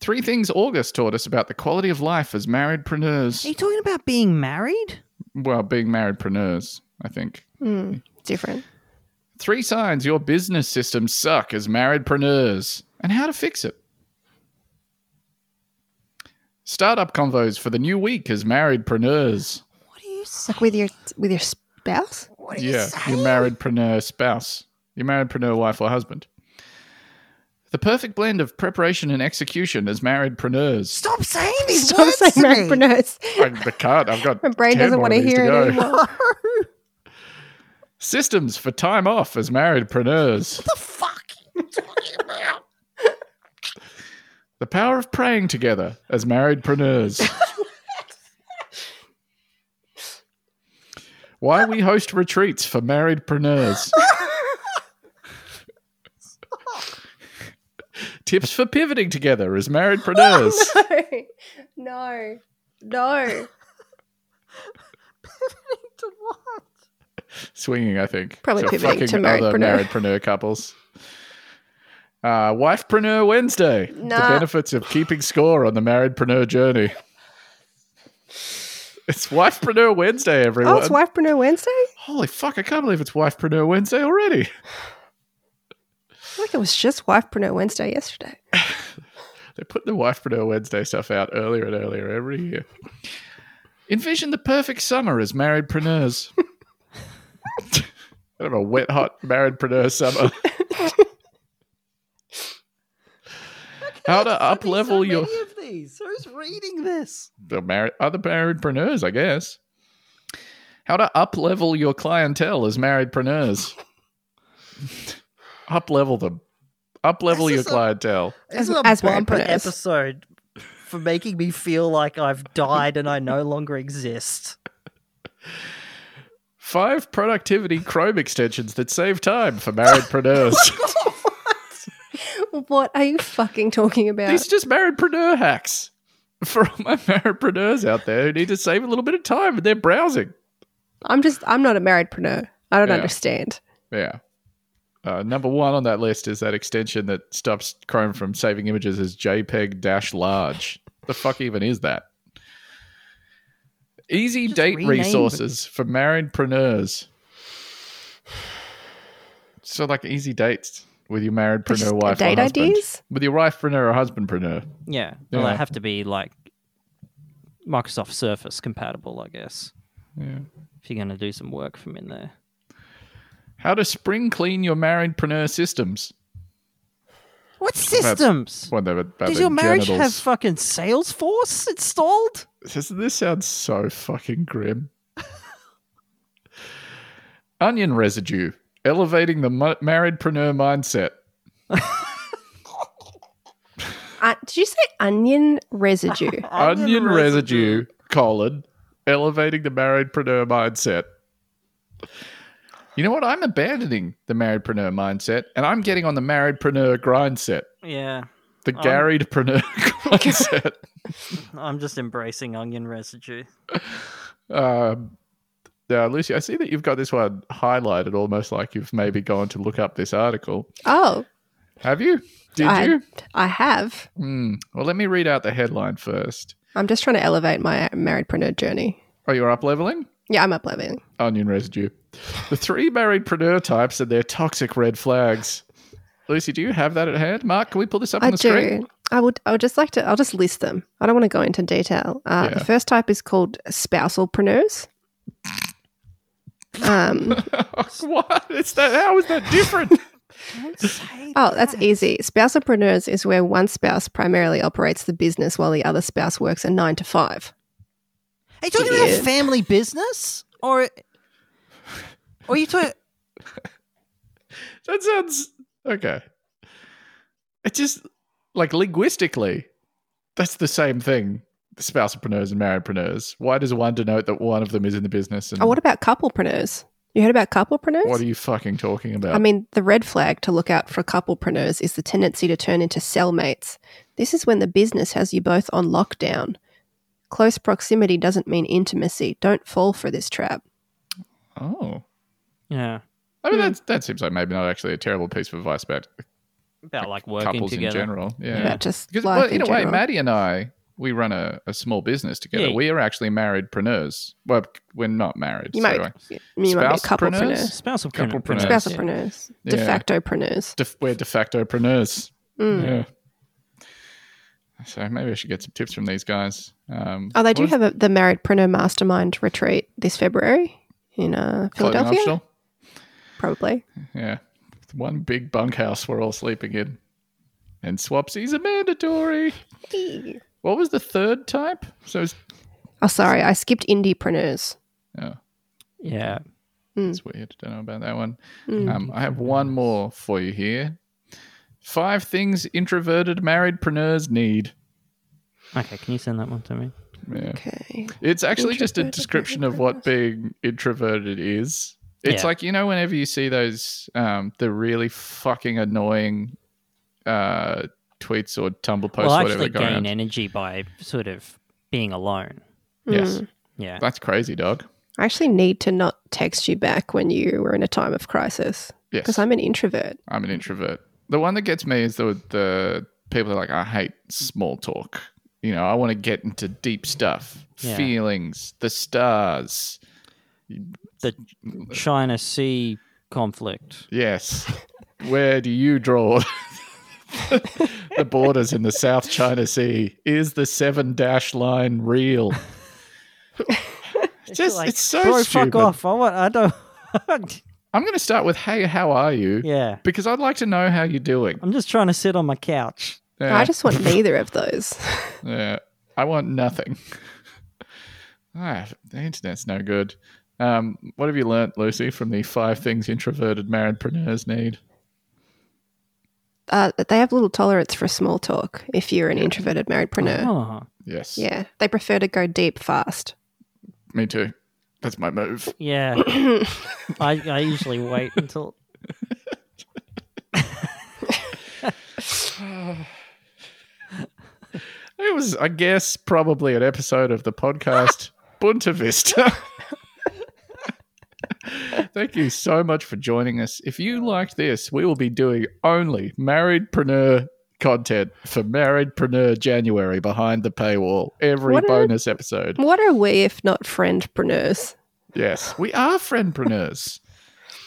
[SPEAKER 2] Three things August taught us about the quality of life as marriedpreneurs.
[SPEAKER 1] Are you talking about being married?
[SPEAKER 2] Well, being marriedpreneurs, I think.
[SPEAKER 3] Hmm. Different.
[SPEAKER 2] Three signs your business systems suck as marriedpreneurs and how to fix it. Startup convos for the new week as marriedpreneurs.
[SPEAKER 1] What do you say?
[SPEAKER 3] Like with your with your spouse.
[SPEAKER 2] Yeah, your marriedpreneur spouse, your marriedpreneur wife or husband. The perfect blend of preparation and execution as marriedpreneurs. Stop!
[SPEAKER 3] Stop saying entrepreneurs.
[SPEAKER 2] I, I can't. I've got
[SPEAKER 3] *laughs* My brain
[SPEAKER 2] 10
[SPEAKER 3] doesn't
[SPEAKER 2] more
[SPEAKER 3] want
[SPEAKER 2] of
[SPEAKER 3] to
[SPEAKER 2] these
[SPEAKER 3] hear
[SPEAKER 2] go.
[SPEAKER 3] it anymore.
[SPEAKER 2] Systems for time off as marriedpreneurs. What the fuck? the power of praying together as marriedpreneurs. Why we host retreats for marriedpreneurs. Tips for pivoting together as marriedpreneurs.
[SPEAKER 3] *laughs* no, *laughs* no.
[SPEAKER 2] swinging, I think.
[SPEAKER 3] Probably
[SPEAKER 2] So
[SPEAKER 3] pivoting
[SPEAKER 2] fucking
[SPEAKER 3] to
[SPEAKER 2] other
[SPEAKER 3] marriedpreneur.
[SPEAKER 2] marriedpreneur couples. Uh, Wifepreneur Wednesday. The
[SPEAKER 3] Nah.
[SPEAKER 2] benefits of keeping score on the marriedpreneur journey. It's Wifepreneur Wednesday, everyone.
[SPEAKER 3] Oh, it's Wifepreneur Wednesday.
[SPEAKER 2] Holy fuck, I can't believe it's Wifepreneur Wednesday already.
[SPEAKER 3] I think it was just Wifepreneur Wednesday yesterday. *laughs*
[SPEAKER 2] They put the Wifepreneur Wednesday stuff out earlier and earlier every year. Envision the perfect summer as
[SPEAKER 1] *laughs*
[SPEAKER 2] marriedpreneurs. kind of a wet, hot marriedpreneur summer. How to up level your
[SPEAKER 1] of these? Who's reading this?
[SPEAKER 2] the mar- other marriedpreneurs, I guess. How to up level your clientele
[SPEAKER 1] *laughs*
[SPEAKER 2] as marriedpreneurs. up level them. Up level
[SPEAKER 1] This
[SPEAKER 2] your
[SPEAKER 1] is a-
[SPEAKER 2] clientele.
[SPEAKER 3] As- as married preneurs.
[SPEAKER 1] episode for making me feel like I've died and I no longer exist.
[SPEAKER 2] Five productivity Chrome extensions that save time for marriedpreneurs.
[SPEAKER 3] What are you fucking talking about?
[SPEAKER 2] These are just marriedpreneur hacks for all my marriedpreneurs out there who need to save a little bit of time in their browsing.
[SPEAKER 3] I'm just I'm not a marriedpreneur. I don't
[SPEAKER 2] Yeah.
[SPEAKER 3] understand.
[SPEAKER 2] Yeah. Uh, number one on that list is that extension that stops Chrome from saving images as JPEG dash large. The fuck even is that? Easy
[SPEAKER 1] Just
[SPEAKER 2] date
[SPEAKER 1] rename it.
[SPEAKER 2] resources for marriedpreneurs. So like easy dates with your marriedpreneur
[SPEAKER 3] Just
[SPEAKER 2] wife
[SPEAKER 3] date
[SPEAKER 2] or husband.
[SPEAKER 3] ideas?
[SPEAKER 2] With your wifepreneur or husbandpreneur.
[SPEAKER 1] Yeah. Well,
[SPEAKER 2] Yeah.
[SPEAKER 1] they have to be like Microsoft Surface compatible, I guess.
[SPEAKER 2] Yeah.
[SPEAKER 1] If you're going to do some work from in there.
[SPEAKER 2] How to spring clean your marriedpreneur systems.
[SPEAKER 1] What systems?
[SPEAKER 2] Well, they were- they
[SPEAKER 1] Does
[SPEAKER 2] were
[SPEAKER 1] your marriage have
[SPEAKER 2] genitals.
[SPEAKER 1] fucking Salesforce installed?
[SPEAKER 2] This, this sounds so fucking grim. Onion residue, elevating the mu- marriedpreneur mindset.
[SPEAKER 3] Uh, did you say onion
[SPEAKER 2] *laughs*
[SPEAKER 3] residue?
[SPEAKER 2] Onion, residue, colon, elevating the marriedpreneur mindset. You know what? I'm abandoning the marriedpreneur mindset, and I'm getting on the marriedpreneur grind set,
[SPEAKER 1] Yeah.
[SPEAKER 2] the garriedpreneur *laughs* grind set.
[SPEAKER 1] I'm just embracing onion residue.
[SPEAKER 2] Um, now, Lucy, I see that you've got this one highlighted, almost like you've maybe gone to look up this article.
[SPEAKER 3] oh,
[SPEAKER 2] Have you? Did
[SPEAKER 3] I,
[SPEAKER 2] you?
[SPEAKER 3] I have.
[SPEAKER 2] Hmm. Well, let me read out the headline first.
[SPEAKER 3] I'm just trying to elevate my marriedpreneur journey.
[SPEAKER 2] Oh, you're up leveling?
[SPEAKER 3] Yeah, I'm up leveling.
[SPEAKER 2] Onion residue. The three marriedpreneur types and their toxic red flags. Lucy, do you have that at hand? Mark, can we pull this up
[SPEAKER 3] I
[SPEAKER 2] on the screen?
[SPEAKER 3] do. I would. I would just like to. I'll just list them. I don't want to go into detail. Uh,
[SPEAKER 2] Yeah.
[SPEAKER 3] The first type is called spousalpreneurs.
[SPEAKER 2] *laughs*
[SPEAKER 3] Um,
[SPEAKER 2] what? It's that, how is that
[SPEAKER 3] *laughs*
[SPEAKER 2] different?
[SPEAKER 3] oh, that's easy. Spousalpreneurs is where one spouse primarily operates the business while the other spouse works a nine to five.
[SPEAKER 1] Are you talking about
[SPEAKER 3] Yeah.
[SPEAKER 1] a family business? Or, or are you talking.
[SPEAKER 2] that sounds. Okay. It just, like, linguistically, that's the same thing. The spousalpreneurs and marriedpreneurs. Why does one denote that one of them is in the business? And
[SPEAKER 3] Oh, what about couplepreneurs? You heard about couplepreneurs?
[SPEAKER 2] what are you fucking talking about?
[SPEAKER 3] I mean, the red flag to look out for couplepreneurs is the tendency to turn into cellmates. This is when the business has you both on lockdown. Close proximity doesn't mean intimacy. Don't fall for this trap.
[SPEAKER 2] oh.
[SPEAKER 1] Yeah.
[SPEAKER 2] I mean,
[SPEAKER 1] Hmm.
[SPEAKER 2] that's, that seems like maybe not actually a terrible piece of advice about
[SPEAKER 1] About like working
[SPEAKER 2] couples in
[SPEAKER 1] together.
[SPEAKER 2] general. Yeah.
[SPEAKER 3] About just
[SPEAKER 2] Because,
[SPEAKER 3] life
[SPEAKER 2] well, in,
[SPEAKER 3] in
[SPEAKER 2] a way,
[SPEAKER 3] general.
[SPEAKER 2] Maddie and I, we run a, a small business together.
[SPEAKER 1] Yeah.
[SPEAKER 2] We are actually marriedpreneurs. Well, we're not married.
[SPEAKER 3] you
[SPEAKER 2] so
[SPEAKER 3] might,
[SPEAKER 2] I-
[SPEAKER 3] you might be a
[SPEAKER 2] Spousepreneurs?
[SPEAKER 3] couplepreneur.
[SPEAKER 1] Spousal
[SPEAKER 2] Couple
[SPEAKER 1] preneur-
[SPEAKER 2] preneurs.
[SPEAKER 1] yeah.
[SPEAKER 3] Spousalpreneurs.
[SPEAKER 2] Yeah.
[SPEAKER 3] De facto preneurs.
[SPEAKER 2] de- we're de facto preneurs.
[SPEAKER 3] Mm.
[SPEAKER 2] Yeah. So maybe I should get some tips from these guys. Um,
[SPEAKER 3] Oh, they do
[SPEAKER 2] what is-
[SPEAKER 3] have a, the Married Preneur Mastermind retreat this February in uh,
[SPEAKER 2] clothing
[SPEAKER 3] Philadelphia,
[SPEAKER 2] optional?
[SPEAKER 3] probably.
[SPEAKER 2] Yeah. One big bunkhouse we're all sleeping in. And swapsies are mandatory. What was the third type? So it's,
[SPEAKER 3] Oh, sorry, I skipped indiepreneurs.
[SPEAKER 2] oh,
[SPEAKER 1] Yeah.
[SPEAKER 2] it's weird. Don't know about that one.
[SPEAKER 3] Mm.
[SPEAKER 2] Um, I have one more for you here. Five things introverted married preneurs need.
[SPEAKER 1] Okay, can you send that one to me?
[SPEAKER 2] Yeah.
[SPEAKER 3] Okay.
[SPEAKER 2] It's actually just a
[SPEAKER 3] Introverted
[SPEAKER 2] description of what being introverted is. It's
[SPEAKER 1] Yeah.
[SPEAKER 2] like you know whenever you see those um, the really fucking annoying uh, tweets or Tumblr posts,
[SPEAKER 1] well, I
[SPEAKER 2] whatever
[SPEAKER 1] actually
[SPEAKER 2] going
[SPEAKER 1] gain
[SPEAKER 2] on.
[SPEAKER 1] energy by sort of being alone.
[SPEAKER 3] Mm.
[SPEAKER 2] Yes,
[SPEAKER 1] Yeah.
[SPEAKER 2] that's crazy, dog.
[SPEAKER 3] Hmm. I actually need to not text you back when you were in a time of crisis
[SPEAKER 2] Yes,
[SPEAKER 3] because
[SPEAKER 2] I'm-,
[SPEAKER 3] I'm an introvert.
[SPEAKER 2] an introvert. The one that gets me is the the people that are like I hate small talk. You know, I want to get into deep stuff,
[SPEAKER 1] Yeah.
[SPEAKER 2] feelings, the stars.
[SPEAKER 1] The China Sea conflict.
[SPEAKER 2] Yes. *laughs* Where do you draw *laughs* the borders in the South China Sea? Is the seven dash
[SPEAKER 1] *laughs*
[SPEAKER 2] line real? *laughs* It's just,
[SPEAKER 1] like,
[SPEAKER 2] it's so
[SPEAKER 1] Bro,
[SPEAKER 2] stupid.
[SPEAKER 1] fuck off. I want. I don't. *laughs*
[SPEAKER 2] I'm going to start with, hey, how are you?
[SPEAKER 1] yeah.
[SPEAKER 2] Because I'd like to know how you're doing.
[SPEAKER 1] I'm just trying to sit on my
[SPEAKER 2] *laughs*
[SPEAKER 1] couch.
[SPEAKER 2] Yeah,
[SPEAKER 3] I just want neither of those. *laughs*
[SPEAKER 2] yeah. I want nothing. *laughs* ah, the internet's no good. Um, what have you learnt, Lucy, from the five things introverted marriedpreneurs need?
[SPEAKER 3] Uh, they have little tolerance for small talk if you're an introverted marriedpreneur.
[SPEAKER 1] Oh,
[SPEAKER 2] Yes.
[SPEAKER 3] Yeah, they prefer to go deep fast.
[SPEAKER 2] Me too. That's my move.
[SPEAKER 1] yeah. I, I usually wait until.
[SPEAKER 2] It was, I guess, probably an
[SPEAKER 3] *laughs*
[SPEAKER 2] episode of the podcast Bunta Vista. *laughs* Thank you so much for joining us. If you liked this, we will be doing only marriedpreneur content for marriedpreneur January behind the paywall. Every
[SPEAKER 3] What a-
[SPEAKER 2] bonus episode.
[SPEAKER 3] What are we if not friendpreneurs?
[SPEAKER 2] Yes, we are friendpreneurs.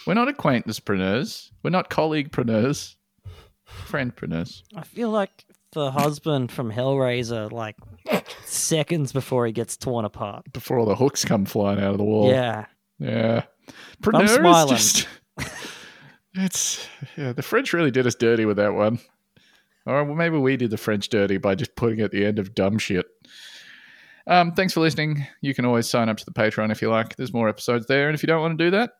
[SPEAKER 2] We're not acquaintancepreneurs. We're not colleaguepreneurs. Friendpreneurs.
[SPEAKER 1] I feel like the husband from Hellraiser, like seconds before he gets torn apart.
[SPEAKER 2] Before all the hooks come flying out of the wall.
[SPEAKER 1] Yeah.
[SPEAKER 2] Yeah. Preneur is
[SPEAKER 1] smiling.
[SPEAKER 2] just- it's yeah, the French really did us dirty with that one. Or well, maybe we did the French dirty by just putting it at the end of dumb shit. Um, thanks for listening. You can always sign up to the Patreon if you like. There's more episodes there, and if you don't want to do that,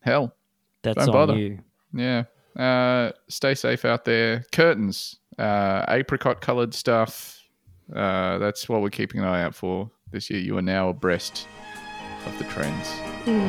[SPEAKER 2] hell,
[SPEAKER 1] That's
[SPEAKER 2] Don't
[SPEAKER 1] on
[SPEAKER 2] bother.
[SPEAKER 1] you.
[SPEAKER 2] yeah. Uh, stay safe out there. Curtains, uh, apricot coloured stuff. Uh, that's what we're keeping an eye out for this year. You are now abreast of the trends. Um,